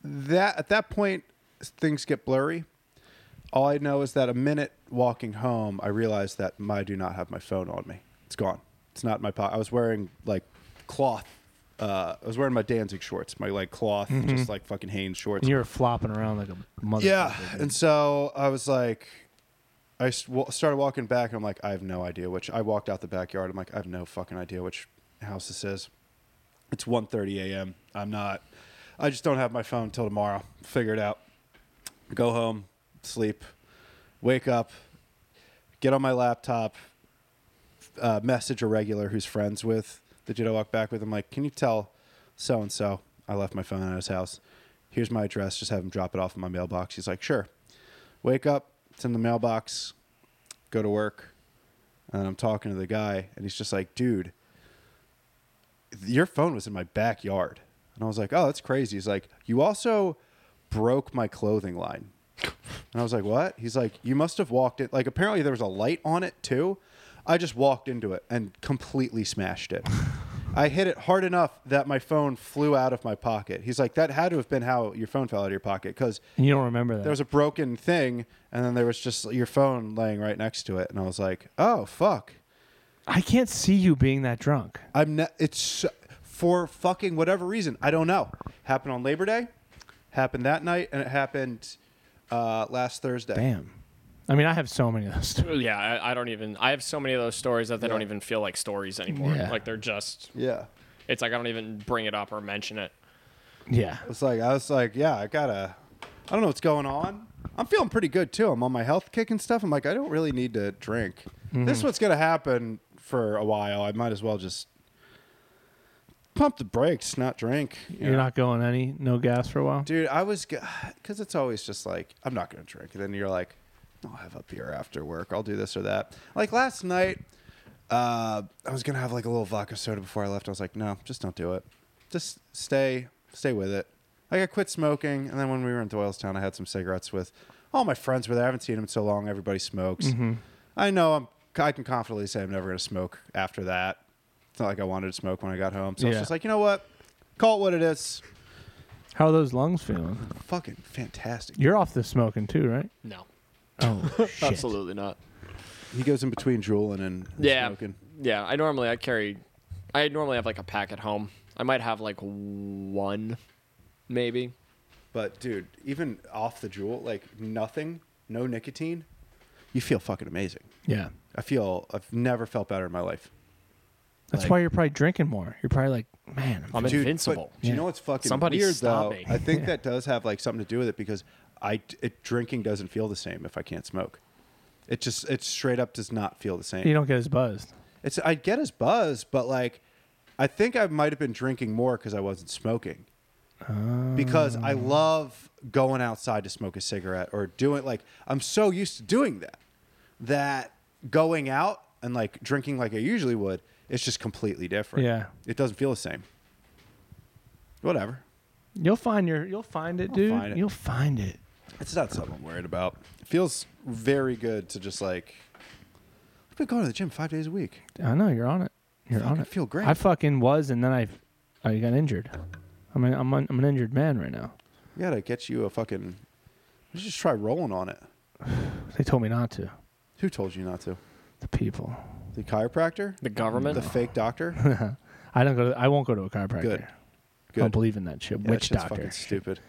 S4: that at that point, things get blurry. All I know is that a minute walking home, I realized that my, I do not have my phone on me. It's gone. It's not in my pocket. I was wearing like cloth. Uh, I was wearing my Danzig shorts, my like cloth, just like fucking Hanes shorts.
S3: And you were flopping around like a mother.
S4: Yeah, and so I was like, I s- wa- started walking back, and I'm like, I have no idea which. I walked out the backyard. I'm like, I have no fucking idea which house this is. It's 1:30 a.m. I'm not. I just don't have my phone till tomorrow. Figure it out. Go home, sleep, wake up, get on my laptop, uh, message a regular who's friends with the dude I walk back with. I'm like, can you tell so and so I left my phone at his house? Here's my address. Just have him drop it off in my mailbox. He's like, sure. Wake up. It's in the mailbox. Go to work. And I'm talking to the guy, and he's just like, dude, your phone was in my backyard. And I was like, oh, that's crazy. He's like, you also broke my clothing line. And I was like, what? He's like, you must have walked it. Like, apparently there was a light on it too. I just walked into it and completely smashed it. I hit it hard enough that my phone flew out of my pocket. He's like, that had to have been how your phone fell out of your pocket because
S3: And you don't remember that.
S4: there was a broken thing and then there was just your phone laying right next to it. And I was like, oh, fuck.
S3: I can't see you being that drunk.
S4: I'm not. It's so- for fucking whatever reason. I don't know. Happened on Labor Day. Happened that night, and it happened uh, last Thursday.
S3: Damn. I mean, I have so many of those. stories.
S2: yeah, I, I don't even. I have so many of those stories that they don't
S4: Yeah.
S2: even feel like stories anymore.
S3: Yeah.
S2: Like they're just.
S4: Yeah.
S2: It's like I don't even bring it up or mention it.
S3: Yeah.
S4: It's like I was like, yeah, I gotta. I don't know what's going on. I'm feeling pretty good too. I'm on my health kick and stuff. I'm like, I don't really need to drink. This is what's gonna happen for a while. I might as well just pump the brakes, not drink. you
S3: You're
S4: know?
S3: not going any no gas for a while.
S4: Dude, I was [sighs] because it's always just like I'm not gonna drink, and then you're like, I'll have a beer after work. I'll do this or that. Like last night, uh, I was gonna have like a little vodka soda before I left. I was like, no, just don't do it. Just stay, stay with it. Like I quit smoking, and then when we were in Doylestown, I had some cigarettes with all my friends. Were there? I haven't seen them in so long. Everybody smokes. I know. I'm. I can confidently say I'm never gonna smoke after that. It's not like I wanted to smoke when I got home. So I was
S3: Yeah.
S4: just like, you know what? Call it what it is.
S3: How are those lungs feeling?
S4: Fucking fantastic.
S3: You're off the smoking too, right?
S2: No,
S3: Oh [laughs] shit.
S2: absolutely not.
S4: He goes in between drooling and
S2: Yeah,
S4: smoking.
S2: yeah. I normally I carry. I normally have like a pack at home. I might have like one, maybe.
S4: But dude, even off the jewel, like nothing, no nicotine, you feel fucking amazing.
S3: Yeah.
S4: I feel I've never felt better in my life.
S3: That's
S2: Like-
S3: why you're probably drinking more. You're probably like, man, I'm
S2: I'm
S4: Dude,
S2: invincible.
S4: But do you
S3: Yeah.
S4: know what's fucking
S2: Somebody
S4: weird
S2: stop
S4: though?
S2: me.
S4: I think that does have like something to do with it because I it, drinking doesn't feel the same if I can't smoke. It just it straight up does not feel the same.
S3: you don't get as buzzed.
S4: It's I get his buzz, but like I think I might have been drinking more because I wasn't smoking. Because I love going outside to smoke a cigarette or doing like I'm so used to doing that that going out and like drinking like I usually would, it's just completely different.
S3: Yeah.
S4: It doesn't feel the same. Whatever.
S3: You'll find your you'll find it, dude.
S4: find it.
S3: You'll find it.
S4: It's not something I'm worried about. It feels very good to just like I've been going to the gym five days a week.
S3: I know you're on it. You're on
S4: Fucking
S3: it.
S4: feel great.
S3: I fucking was, and then I, I got injured. I mean, I'm an, I'm an injured man right now.
S4: We gotta get you a fucking let's just try rolling on it.
S3: They told me not to.
S4: Who told you not to?
S3: The people.
S4: The chiropractor?
S2: The government.
S3: [laughs]
S4: The fake doctor?
S3: I don't go. To, I won't go to a chiropractor.
S4: Good.
S1: Good.
S3: I don't believe in that shit.
S1: Yeah, that
S3: Witch
S1: shit's
S3: doctor.
S1: fucking stupid.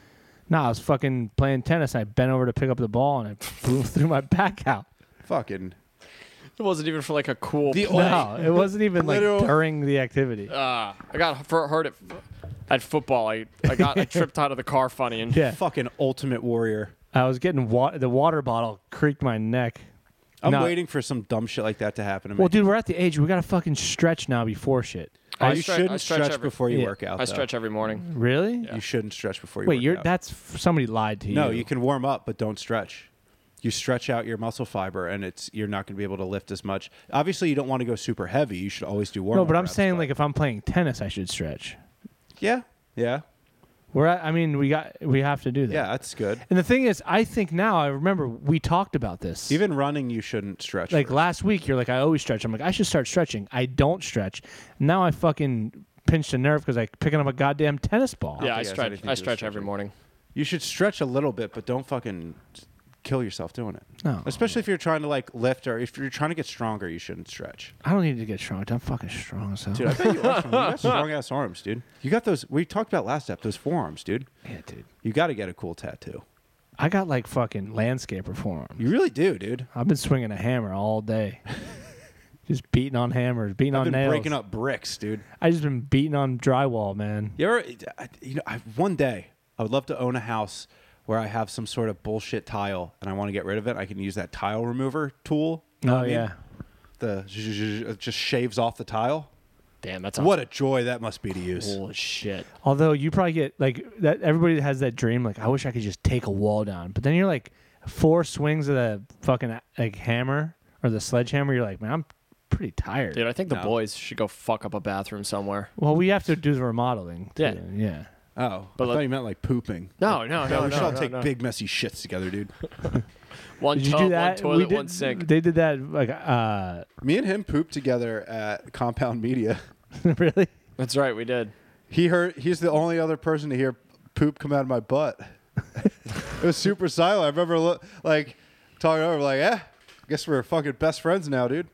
S3: Nah, I was fucking playing tennis. And I bent over to pick up the ball and I [laughs] flew through my back out.
S1: Fucking
S2: It wasn't even for like a cool.
S1: The
S2: play.
S1: Like-
S3: No, it wasn't even like
S1: Literal- Uh,
S3: during the activity.
S2: Ah, I got for, hurt at, at football. I, I got I tripped out of the car funny and
S3: Yeah,
S1: fucking ultimate warrior.
S3: I was getting water. The water bottle creaked my neck.
S1: I'm
S3: No.
S1: waiting for some dumb shit like that to happen to me.
S3: Well, dude, we're at the age we gotta fucking stretch now before shit.
S2: I
S1: you
S2: stretch- I
S1: shouldn't
S2: stretch
S1: stretch,
S2: every-
S1: before you
S3: Yeah.
S1: work out.
S2: I
S1: though.
S2: stretch every morning.
S3: Really?
S1: You shouldn't stretch before you
S3: Wait,
S1: work
S3: you're
S1: out.
S3: that's somebody lied to you.
S1: No, you can warm up, but don't stretch. You stretch out your muscle fiber, and it's you're not going to be able to lift as much. Obviously, you don't want to go super heavy. You should always do warm.
S3: No, but I'm saying like if I'm playing tennis, I should stretch.
S1: yeah, yeah,
S3: We're at, I mean, we got we have to do that.
S1: yeah. That's good.
S3: And the thing is, I think now I remember we talked about this.
S1: Even running, you shouldn't stretch.
S3: like
S1: first.
S3: last week, you're like, I always stretch. I'm like, I should start stretching. I don't stretch. Now I fucking pinched a nerve because I picking up a goddamn tennis ball.
S2: Yeah,
S1: think it
S2: I
S1: has
S2: stretch.
S1: anything
S2: I
S1: to do with
S2: stretch every
S1: stretching.
S2: morning.
S1: you should stretch a little bit, but don't fucking kill yourself doing it.
S3: No.
S1: especially if you're trying to like lift or if you're trying to get stronger, you shouldn't stretch.
S3: I don't need to get strong. I'm fucking strong as hell.
S1: Dude, I bet you are strong. You
S3: [laughs]
S1: got strong ass arms, dude. You got those. We talked about last step. Those forearms, dude.
S3: Yeah, dude.
S1: You got to get a cool tattoo.
S3: I got like fucking landscaper form.
S1: You really do, dude.
S3: I've been swinging a hammer
S1: [laughs]
S3: all day, just beating on hammers, beating
S1: I've
S3: on
S1: been
S3: nails.
S1: breaking up bricks, dude.
S3: I just been beating on drywall, man.
S1: You ever, I- you know, I, one day I would love to own a house where I have some sort of bullshit tile and I want to get rid of it. I can use that tile remover tool. You know
S3: Oh
S1: what I mean?
S3: yeah.
S1: the zzz- zzz- it just shaves off the tile.
S2: Damn, that's
S1: What a joy that must be to use.
S2: holy shit.
S3: Although you probably get like that, everybody has that dream. Like, I wish I could just take a wall down. But then you're like four swings of the fucking like hammer or the sledgehammer. You're like, man, I'm pretty tired.
S2: Dude, I think the
S1: No.
S2: boys should go fuck up a bathroom somewhere.
S3: Well, we have to do the remodeling. too.
S2: Yeah.
S3: yeah.
S1: Oh,
S2: But
S1: I
S2: let-
S1: thought you meant like pooping.
S2: No,
S1: No,
S2: no, no,
S1: we should
S2: no,
S1: all
S2: no,
S1: take
S2: no.
S1: big messy shits together, dude.
S2: One
S3: Did you
S2: tub,
S3: do that?
S2: one toilet,
S3: did,
S2: one sink.
S3: They did that. Like, uh, [laughs]
S1: Me and him pooped together at Compound Media.
S3: really?
S2: That's right, we did.
S1: He heard. He's the only other person to hear poop come out of my butt. [laughs] it was super silent. I remember lo- like talking over, like, eh, guess we're fucking best friends now, dude.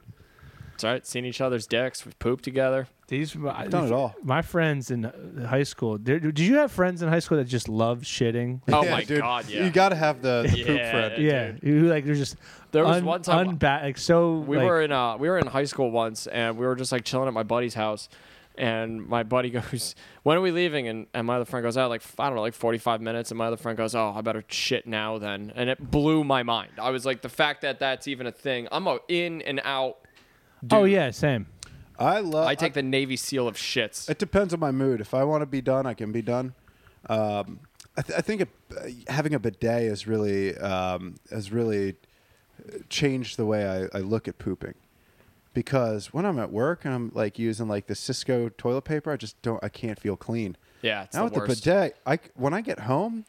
S2: That's right. Seen each other's dicks. We pooped together.
S3: These I've
S1: done it all.
S3: My friends in uh, high school. there- Did you have friends in high school that just loved shitting?
S2: Oh
S1: [laughs] [laughs] Yeah,
S2: my
S1: dude.
S2: god, yeah.
S1: You gotta have the, the poop
S2: Yeah.
S1: friend.
S3: Yeah, you like they're just
S2: There was
S3: un-
S2: one time-
S3: unba- like so
S2: we
S3: like,
S2: were in uh we were in high school once and we were just like chilling at my buddy's house and my buddy [laughs] goes when are we leaving and, and my other friend goes out like i don't know like 45 minutes and my other friend goes oh i better shit now then and it blew my mind i was like the fact that that's even a thing i'm a in and out
S3: oh yeah same
S1: I love.
S2: i take the navy seal of shits
S1: It depends on my mood. If I want to be done, I can be done. Um, I, th- I think it, uh, having a bidet is really um, has really uh, changed the way I, I look at pooping. Because when I'm at work and I'm like using like the Cisco toilet paper, I just don't. I can't feel clean.
S2: yeah it's
S1: now
S2: the
S1: with
S2: worst
S1: the bidet, I c- when I get home,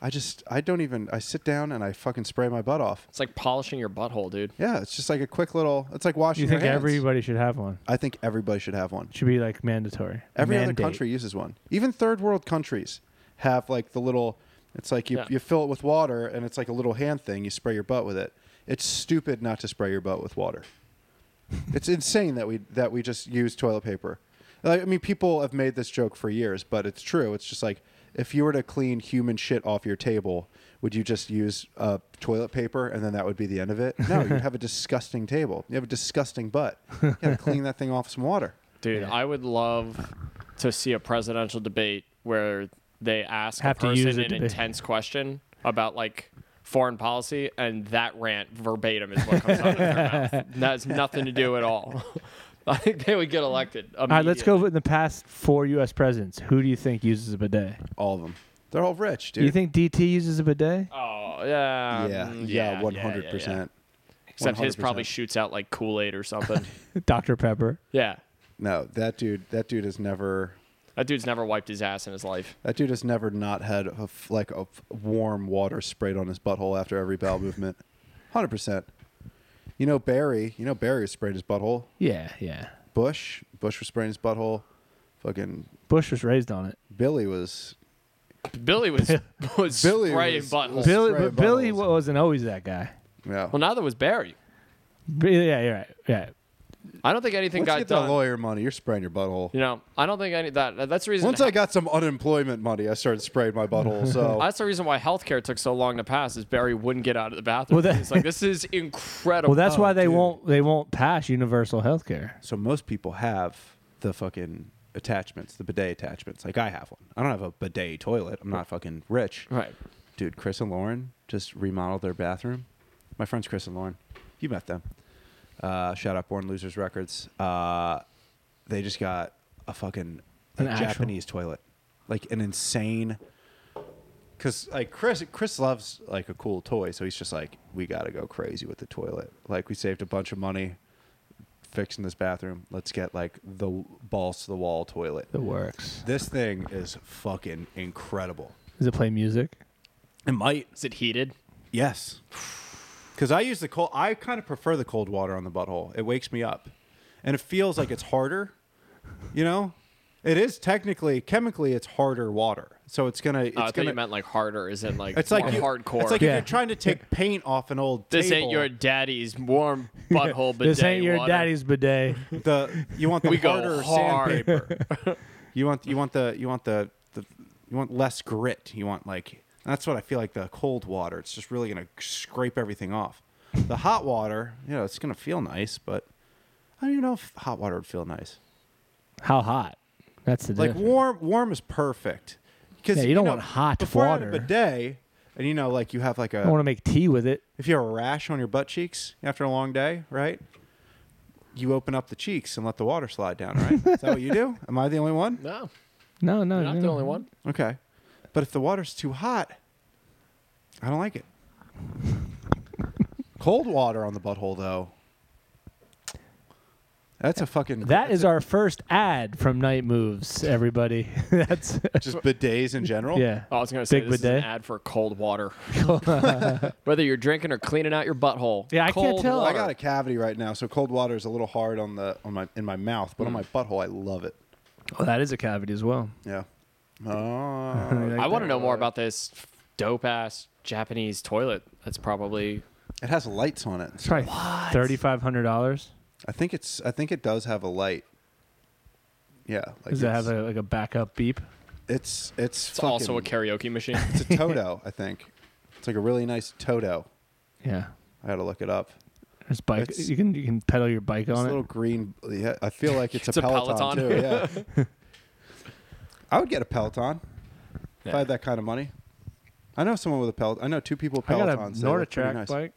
S1: I just I don't even. I sit down and I fucking spray my butt off.
S2: it's like polishing your butthole dude
S1: Yeah, it's just like a quick little. It's like washing.
S3: you think
S1: your hands.
S3: everybody should have one
S1: I think everybody should have one.
S3: should be like mandatory
S1: Every
S3: Mandate.
S1: other country uses one. Even third world countries have like the little. It's like you,
S2: Yeah.
S1: you fill it with water, and it's like a little hand thing. You spray your butt with it. It's stupid not to spray your butt with water. it's insane that we that we just use toilet paper. Like, I mean, people have made this joke for years, but it's true. It's just like if you were to clean human shit off your table, would you just use uh, toilet paper and then that would be the end of it? No, you'd have a disgusting table. You have a disgusting butt. You gotta clean that thing off with some water.
S2: dude i would love to see a presidential debate where they ask
S3: Have
S2: a
S3: to
S2: person
S3: use a
S2: an
S3: debate.
S2: intense question about like foreign policy and that rant verbatim is what comes out of their
S3: [laughs]
S2: mouth And that has nothing to do at all [laughs] i think they would get elected
S3: all right let's go with the past four u.s presidents who do you think uses a bidet
S1: All of them. They're all rich,
S3: do
S1: dude.
S3: you think dt uses a bidet
S2: oh yeah
S1: Um, yeah,
S2: mm,
S1: yeah, one
S2: yeah,
S1: hundred percent.
S2: except his probably
S1: 100%.
S2: shoots out like kool-aid or
S1: [laughs]
S2: something
S3: dr pepper
S2: yeah
S1: No, that dude. That dude has never.
S2: that dude's never wiped his ass in his life
S1: That dude has never not had a, f- like a f- warm water sprayed on his butthole after every [laughs] bowel movement. Hundred percent. You know Barry. You know Barry was spraying his butthole.
S3: yeah yeah
S1: Bush. Bush was spraying his butthole. Fucking
S3: bush was raised on it
S1: Billy was. [laughs]
S2: billy was was
S1: Billy
S2: spraying
S1: was-
S2: buttholes
S1: was-
S3: billy
S1: spray
S3: but billy
S1: bottles.
S3: wasn't always that guy
S1: Yeah.
S2: well neither was barry
S3: But yeah you're right yeah
S2: I don't think anything
S1: Once you
S2: got
S1: get
S2: done.
S1: that lawyer money, you're spraying your butthole.
S2: You know, I don't think any that that's the reason.
S1: Once I got some unemployment money, I started spraying my butthole. So
S2: that's the reason why healthcare took so long to pass is Barry wouldn't get out of the bathroom.
S3: Well, that-
S2: He's like, this is incredible.
S3: Well, that's
S1: Oh,
S3: why they
S1: dude.
S3: won't they won't pass universal health care.
S1: So most people have the fucking attachments, the bidet attachments. Like I have one. I don't have a bidet toilet. I'm not fucking rich.
S2: right.
S1: Dude, Chris and Lauren just remodeled their bathroom. My friends Chris and Lauren. You met them. Uh, shout out Born Losers Records. Uh, they just got a fucking
S3: An
S1: like,
S3: actual-
S1: Japanese toilet. Like an insane Cause like Chris, Chris loves like a cool toy, so he's just like, we gotta go crazy with the toilet. Like we saved a bunch of money fixing this bathroom. Let's get like the balls to the wall toilet.
S3: It works.
S1: This thing is fucking incredible.
S3: Does it play music?
S1: It might,
S2: Is it heated?
S1: yes, because I use the cold. I kind of prefer the cold water on the butthole. It wakes me up, and it feels like it's harder. You know, it is technically, chemically, it's harder water. So it's gonna, it's
S2: Oh, I thought
S1: gonna.
S2: you meant like harder. Is it like
S1: It's like
S2: more
S1: you-
S2: hardcore?
S1: It's like
S3: Yeah.
S1: if you're trying to take paint off an old
S2: this
S1: table.
S2: ain't your
S1: [laughs]
S2: daddy's warm butthole bidet.
S3: this ain't your
S2: water.
S3: daddy's bidet.
S1: the you want the
S2: We go
S1: harder
S2: hard.
S1: sandpaper. [laughs] you want you want the you want the, the you want less grit. You want like that's what I feel like the cold water. It's just really gonna scrape everything off. The hot water, you know, it's gonna feel nice, but I don't even know if hot water would feel nice.
S3: [laughs] How hot? That's the
S1: Like
S3: difference.
S1: warm, warm is perfect. Because
S3: Yeah, you don't want hot
S1: before I had
S3: water.
S1: A bidet, and you know, like you have like
S3: I don't want
S1: a
S3: to make tea with it.
S1: if you have a rash on your butt cheeks after a long day, right? You open up the cheeks and let the water slide down, right? Is that what you do? [laughs] Am I the only one?
S2: No,
S3: No, no,
S2: you're not
S3: no.
S2: the only one.
S1: Okay. But if the water's too hot, I don't like it. [laughs] Cold water on the butthole, though. That's a fucking.
S3: That is our first ad from Night Moves, everybody. [laughs] That's
S1: just bidets in general.
S3: yeah.
S2: Oh, I was gonna say
S3: Big
S2: this is
S3: bidet.
S2: an ad for
S1: [laughs]
S2: cold water. [laughs] Whether you're drinking or cleaning out your butthole.
S3: Yeah, I can't
S2: cold
S3: tell.
S1: Well, I
S2: water.
S1: got a cavity right now, so cold water is a little hard on the on my in my mouth,
S3: Hmm.
S1: but on my butthole, I love it.
S3: Oh, that is a cavity as well.
S1: Yeah. Oh,
S2: I want to know more about this dope ass Japanese toilet. That's probably
S1: it has lights on it.
S3: It's probably thirty five hundred dollars.
S1: I think it's. I think it does have a light. Yeah, like it's,
S3: Does it have a, like a backup beep?
S1: It's it's,
S2: it's also a
S1: fucking-
S2: karaoke machine.
S1: [laughs] It's a Toto, I think. It's like a really nice Toto.
S3: Yeah.
S1: I gotta look it up.
S3: There's bike.
S1: It's-
S3: you can you can pedal your bike
S1: It's a
S3: on
S1: little
S3: it.
S1: green. Yeah, I feel like [laughs] it's,
S2: It's
S1: a,
S2: a
S1: Peloton,
S2: Peloton.
S1: too. [laughs] Yeah. I would get a Peloton if I had that kind of money. I know someone with a Peloton. I know two people with
S3: I got a
S1: Pelotons. They look pretty
S3: Norditrack
S1: nice.
S3: bike.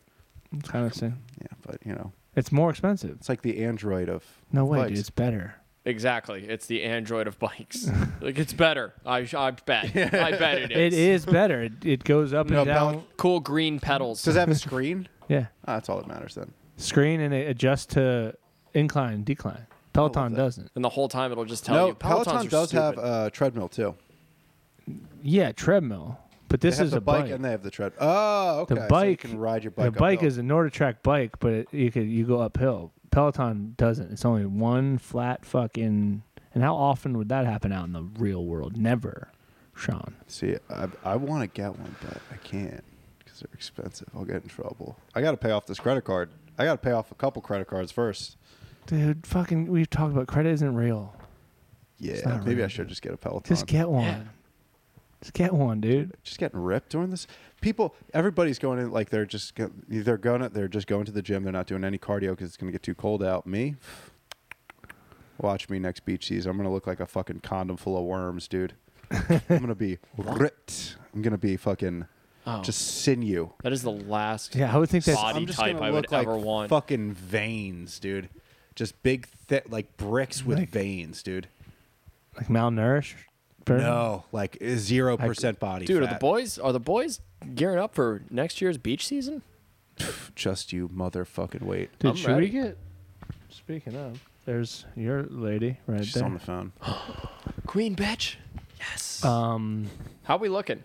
S3: It's kind of the same.
S1: Yeah, but you know,
S3: It's more expensive.
S1: it's like the Android of
S3: No way, dude.
S1: bikes.
S3: It's better.
S2: exactly. It's the Android of
S1: [laughs]
S2: bikes. like it's better. I, sh- I bet. I bet it
S3: It
S2: is.
S3: is better. It, it goes up
S1: No,
S3: and down.
S1: Pel-
S2: Cool green
S1: Mm.
S2: pedals.
S1: Does it have a screen? [laughs]
S3: yeah.
S1: Ah, that's all that matters then.
S3: Screen and it adjusts to incline and decline. Peloton
S1: that.
S3: doesn't.
S2: and the whole time it'll just tell
S1: no,
S2: you. Pelotons
S1: Peloton
S2: are
S1: does have
S2: stupid.
S1: a treadmill too.
S3: Yeah, treadmill. But
S1: they
S3: this
S1: have
S3: is
S1: the
S3: a bike.
S1: and they have the tread. Oh, okay.
S3: The
S1: so you
S3: bike-
S1: can ride your bike.
S3: the bike
S1: uphill.
S3: is a Norditrack bike, but it, you could you go uphill. Peloton doesn't. It's only one flat fucking. And how often would that happen out in the real world? Never, Sean.
S1: See, I, I want to get one, but I can't because they're expensive. I'll get in trouble. I got to pay off this credit card. I got to pay off a couple credit cards first.
S3: Dude, fucking. We've talked about credit isn't real.
S1: Yeah,
S3: not
S1: maybe I
S3: right.
S1: should just get a Peloton.
S3: Just get one. Just get one, dude.
S1: just getting ripped during this. People, everybody's going in like they're just go- they're going they're just going to the gym. They're not doing any cardio because it's gonna get too cold out. Me, watch me next beach season. I'm gonna look like a fucking condom full of worms, dude. I'm gonna be ripped. I'm gonna be fucking
S2: Oh.
S1: just sinew.
S2: That is the last.
S3: Yeah, I would think that's.
S2: Body
S1: I'm just
S2: type
S1: gonna
S2: I would
S1: look like
S2: ever want.
S1: fucking veins, dude. Just big, thick, like bricks with
S3: Like-
S1: veins, dude.
S3: like malnourished. Burn?
S1: No, like zero percent body
S2: Dude, are the
S1: fat.
S2: boys are the boys gearing up for next year's beach season?
S1: Just you, motherfucking wait.
S3: Dude,
S2: I'm
S3: should
S2: ready.
S3: we get? Speaking of, there's your lady right
S1: She's
S3: there.
S1: on the phone.
S2: Queen bitch. Yes.
S3: um,
S2: How we looking?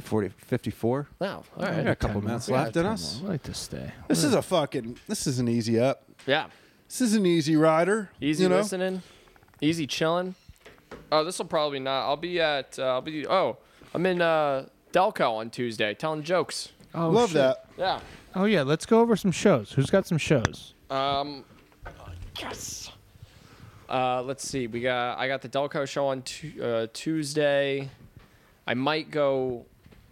S1: 40, 54.
S2: Now, all
S1: I
S2: right.
S1: got a couple
S3: Ten
S1: minutes
S3: more.
S1: left in
S3: Yeah, ten
S1: us.
S3: more. I like to stay.
S1: This is a fucking. This is an easy up.
S2: Yeah.
S1: This is an easy rider.
S2: Easy
S1: you know?
S2: listening, easy chilling. Oh, this will probably not. I'll be at. Uh, I'll be. Oh, I'm in uh, Delco on Tuesday, telling jokes.
S3: Oh,
S1: Love
S3: shit.
S1: that.
S2: Yeah.
S3: Oh yeah, let's go over some shows. Who's got some shows?
S2: Um, Yes. Uh, let's see. We got. I got the Delco show on tu- uh, Tuesday. I might go.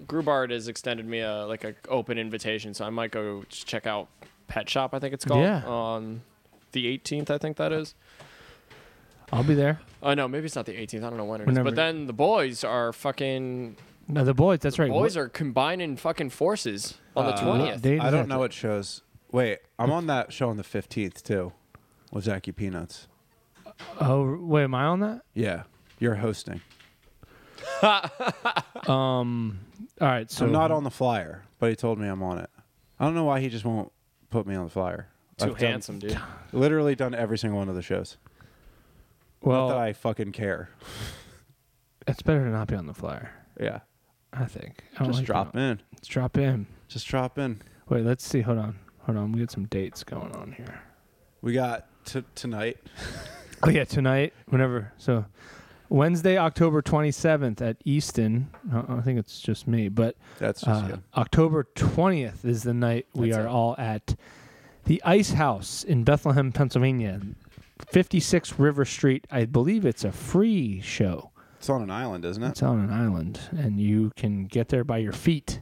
S2: Grubard has extended me a like a open invitation, so I might go just check out Pet Shop. I think it's called
S3: Yeah.
S2: on the 18th. I think that is.
S3: I'll be there.
S2: Oh no, maybe it's not the 18th. I don't know when it is.
S3: Whenever-
S2: But then the boys are fucking.
S3: No, the boys. That's right.
S2: Boys are combining fucking forces on the
S4: Uh,
S2: 20th.
S3: They
S4: I don't
S3: have
S4: know
S3: to-
S4: what shows. Wait, I'm on that show on the 15th too with Zachy Peanuts.
S3: Oh wait, am I on that?
S4: Yeah, you're hosting.
S3: Um, All right. So
S4: I'm not on the flyer, but he told me I'm on it. I don't know why he just won't put me on the flyer.
S2: Too
S4: I've done-
S2: handsome, dude.
S4: literally done every single one of the shows.
S3: Well,
S4: Not that I fucking care.
S3: it's better to not be on the flyer.
S4: Yeah.
S3: I think. I don't
S4: Just
S3: like
S4: drop
S3: being on-
S4: in.
S3: Let's drop in.
S4: Just drop in.
S3: Wait, let's see. Hold on. Hold on. We got some dates going on here.
S4: We got t- tonight.
S3: Oh yeah, tonight, whenever. So Wednesday, October 27th at Easton. Uh, I think it's just me, but
S4: That's just
S3: uh,
S4: you.
S3: October 20th is the night we
S2: That's
S3: are
S2: it.
S3: all at the Ice House in Bethlehem, Pennsylvania. 56 River Street. I believe it's a free show.
S4: It's on an island, isn't it?
S3: It's on an island and you can get there by your feet.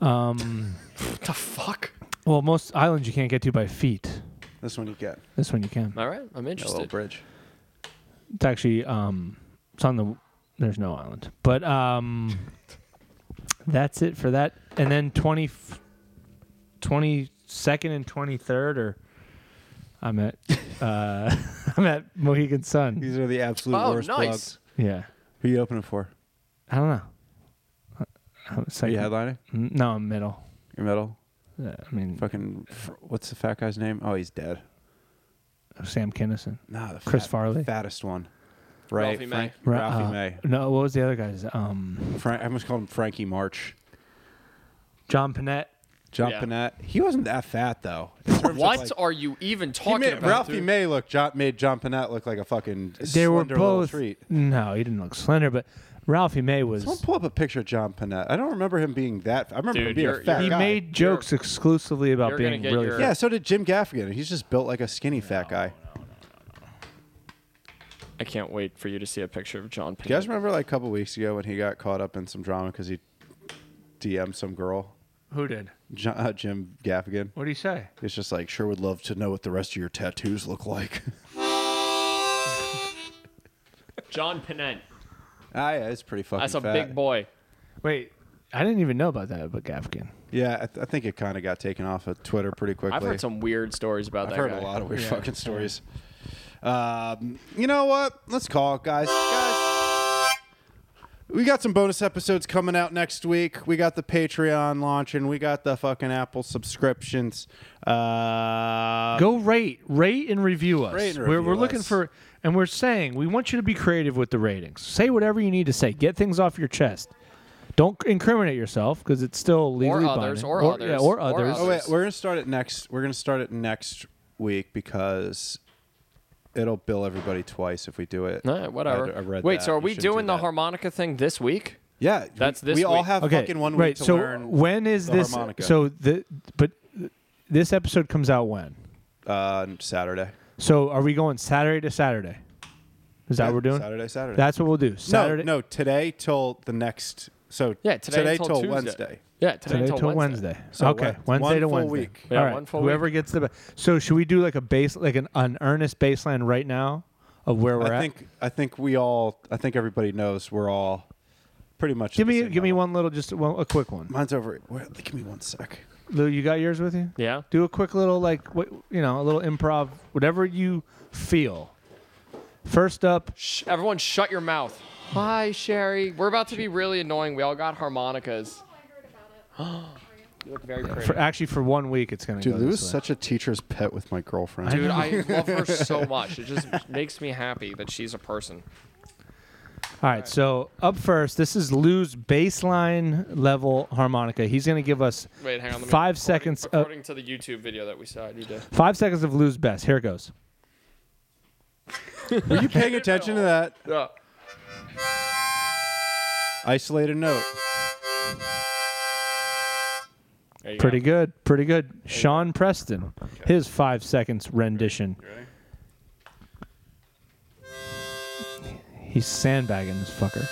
S3: Um
S2: What the fuck?
S3: well, most islands you can't get to by feet.
S4: This one you get.
S3: This one you can.
S2: All right, I'm
S4: A little
S2: interested.
S4: bridge.
S3: It's actually um it's on the there's no island. But um that's it for that. And then 20 f- 22nd and 23rd or I'm at uh [laughs] I'm at Mohegan Sun.
S4: These are the absolute
S2: Oh,
S4: worst
S2: nice.
S4: plugs.
S3: Yeah.
S4: Who you opening for?
S3: I don't know. Uh,
S4: Are you
S3: Second,
S4: headlining?
S3: no, I'm middle.
S4: Your middle?
S3: Uh, I mean,
S4: Fucking, fr- what's the fat guy's name? Oh, he's dead.
S3: Sam Kinison.
S4: Nah, the
S3: Chris
S4: fat-
S3: Farley.
S4: fattest one. Right,
S2: Ralphie May.
S4: Frank- Ralphie
S3: Uh,
S4: May.
S3: No, what was the other guy's? Um,
S4: Frank, I almost called him Frankie March.
S3: John Panette.
S4: John
S2: Yeah.
S4: Panette. He wasn't that fat though. In terms of,
S2: What
S4: like-
S2: are you even
S1: He
S2: talking
S1: made,
S2: about?
S1: Ralphie
S2: dude?
S1: May look John, made John Panette look like a fucking
S3: They were
S1: slender little
S3: both.
S1: treat.
S3: No, he didn't look slender, but Ralphie May was.
S1: Someone pull up a picture of John Panette. I don't remember him being that. I remember
S2: Dude,
S1: him being a
S2: you're-
S1: fat
S3: He
S1: guy.
S3: made jokes exclusively about
S2: you're gonna
S3: being
S2: get
S3: really.
S2: your-
S3: fat.
S1: yeah, so did Jim Gaffigan. He's just built like a skinny fat guy.
S2: I can't wait for you to see a picture of John. Payne.
S1: Do you guys remember like a couple weeks ago when he got caught up in some drama because he DM'd some girl?
S3: Who did?
S1: John, uh, Jim Gaffigan.
S3: What do you say?
S1: It's just like, sure would love to know what the rest of your tattoos look like. [laughs]
S2: [laughs] John Pennant.
S4: Ah, yeah, it's pretty fucking.
S2: That's a
S4: fat.
S2: big boy.
S3: Wait, I didn't even know about that, but Gaffigan.
S1: yeah, I, th- I think it kind of got taken off of Twitter pretty quickly.
S2: I've heard some weird stories about
S1: I've
S2: that
S1: heard
S2: guy.
S1: a lot of weird fucking stories. Um, you know what? Let's call it, guys. Guys, we got some bonus episodes coming out next week. We got the Patreon launching. We got the fucking Apple subscriptions. Uh,
S3: Go rate, rate and review us.
S1: Rate and
S3: we're we're
S1: review
S3: looking
S1: us.
S3: for, and we're saying we want you to be creative with the ratings. Say whatever you need to say. Get things off your chest. Don't incriminate yourself because it's still legally
S2: others,
S3: binding.
S2: or
S3: or
S2: others,
S3: yeah, or
S2: or
S3: others.
S2: others.
S1: Oh wait, we're gonna start it next. We're gonna start it next week because it'll bill everybody twice if we do it.
S2: All right, whatever.
S1: I, I read
S2: wait,
S1: that.
S2: so are
S1: You
S2: we
S1: shouldn't do
S2: doing the
S1: that.
S2: harmonica thing this week?
S1: Yeah,
S2: That's
S1: we,
S2: this
S1: We all
S2: week.
S1: have
S3: okay.
S1: Oh, fucking one week
S3: right,
S1: to
S3: so
S1: learn.
S3: when is
S1: the
S3: this?
S1: harmonica.
S3: So the but this episode comes out when?
S1: uh, Saturday.
S3: So are we going Saturday to Saturday? Is that
S1: Yeah,
S3: what we're doing?
S1: Saturday, Saturday.
S3: That's what we'll do. Saturday.
S1: No, no, today till the next. So
S2: Yeah, today,
S1: till,
S2: till, Tuesday.
S1: Wednesday.
S2: Yeah, today,
S3: Today
S2: till,
S3: till
S2: Wednesday.
S3: Wednesday.
S1: So
S3: okay,
S1: what-
S3: Wednesday
S1: one
S3: to
S1: full
S3: Wednesday.
S1: week.
S2: Yeah,
S3: All right.
S2: one full
S3: Whoever gets the. Be- so should we do like a base, like an an earnest baseline right now of where we're
S1: I
S3: at?
S1: think I think we all. I think everybody knows we're all pretty much. at
S3: give
S1: the
S3: me
S1: same
S3: give me
S1: level.
S3: one little just one, a quick one.
S1: Mine's over. Wait, give me one sec.
S3: Lou, you got yours with you?
S2: Yeah.
S3: Do a quick little like what you know a little improv, whatever you feel. First up,
S2: Shh, everyone, shut your mouth. Hi, Sherry. We're about to be really annoying. We all got
S5: I
S2: harmonicas.
S5: heard about it.
S2: You look very pretty.
S3: for actually for one week, it's gonna
S1: Dude,
S3: go
S1: Lou
S3: this
S1: is
S3: way.
S1: such a teacher's pet with my girlfriend.
S2: Dude, I
S3: [laughs]
S2: love her so much. It just makes me happy that she's a person.
S3: All right, so up first, this is Lou's baseline level harmonica. He's going to give us
S2: Wait, hang on. let me-
S3: Five
S2: according-
S3: seconds of-
S2: According to the YouTube video that we saw, I need to.
S3: five seconds of Lou's best. Here it goes.
S1: Were you paying attention to that
S2: Yeah.
S1: isolated note?
S2: There you go.
S3: Pretty good. Pretty good. Sean Preston, his five seconds rendition. He's sandbagging this fucker.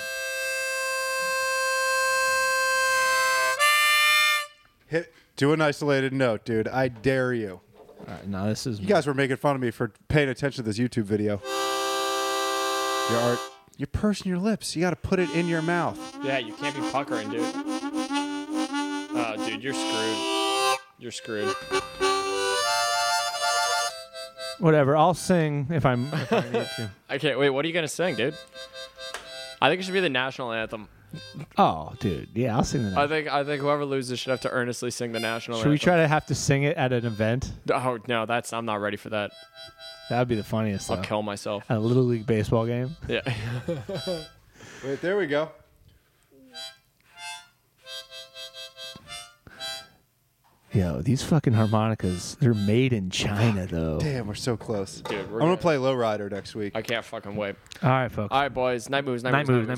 S1: Hit, do an isolated note, dude. I dare you.
S3: All right, now this is.
S1: You guys were making fun of me for paying attention to this YouTube video. Your art, you're pursing your lips. You got to put it in your mouth.
S2: Yeah, you can't be puckering, dude. Oh, dude, you're screwed. You're screwed.
S3: Whatever. I'll sing if I'm. If I need to.
S2: I can't wait. What are you gonna sing, dude? I think it should be the national anthem.
S3: Oh, dude. Yeah, I'll sing the.
S2: I think I think whoever loses should have to earnestly sing the national
S3: Should
S2: anthem.
S3: we try to have to sing it at an event?
S2: Oh no, that's I'm not ready for that.
S3: That would be the funniest.
S2: I'll
S3: though.
S2: kill myself. [laughs]
S3: At a little league baseball game.
S2: Yeah.
S1: Wait, there we go.
S3: Yo, these fucking harmonicas. They're made in China, though.
S1: Damn, we're so close.
S2: Dude, we're
S1: I'm gonna
S2: good.
S1: play Lowrider next week.
S2: I can't fucking wait.
S3: All right, folks.
S2: All right, boys. Night moves. Night, moves. Night moves.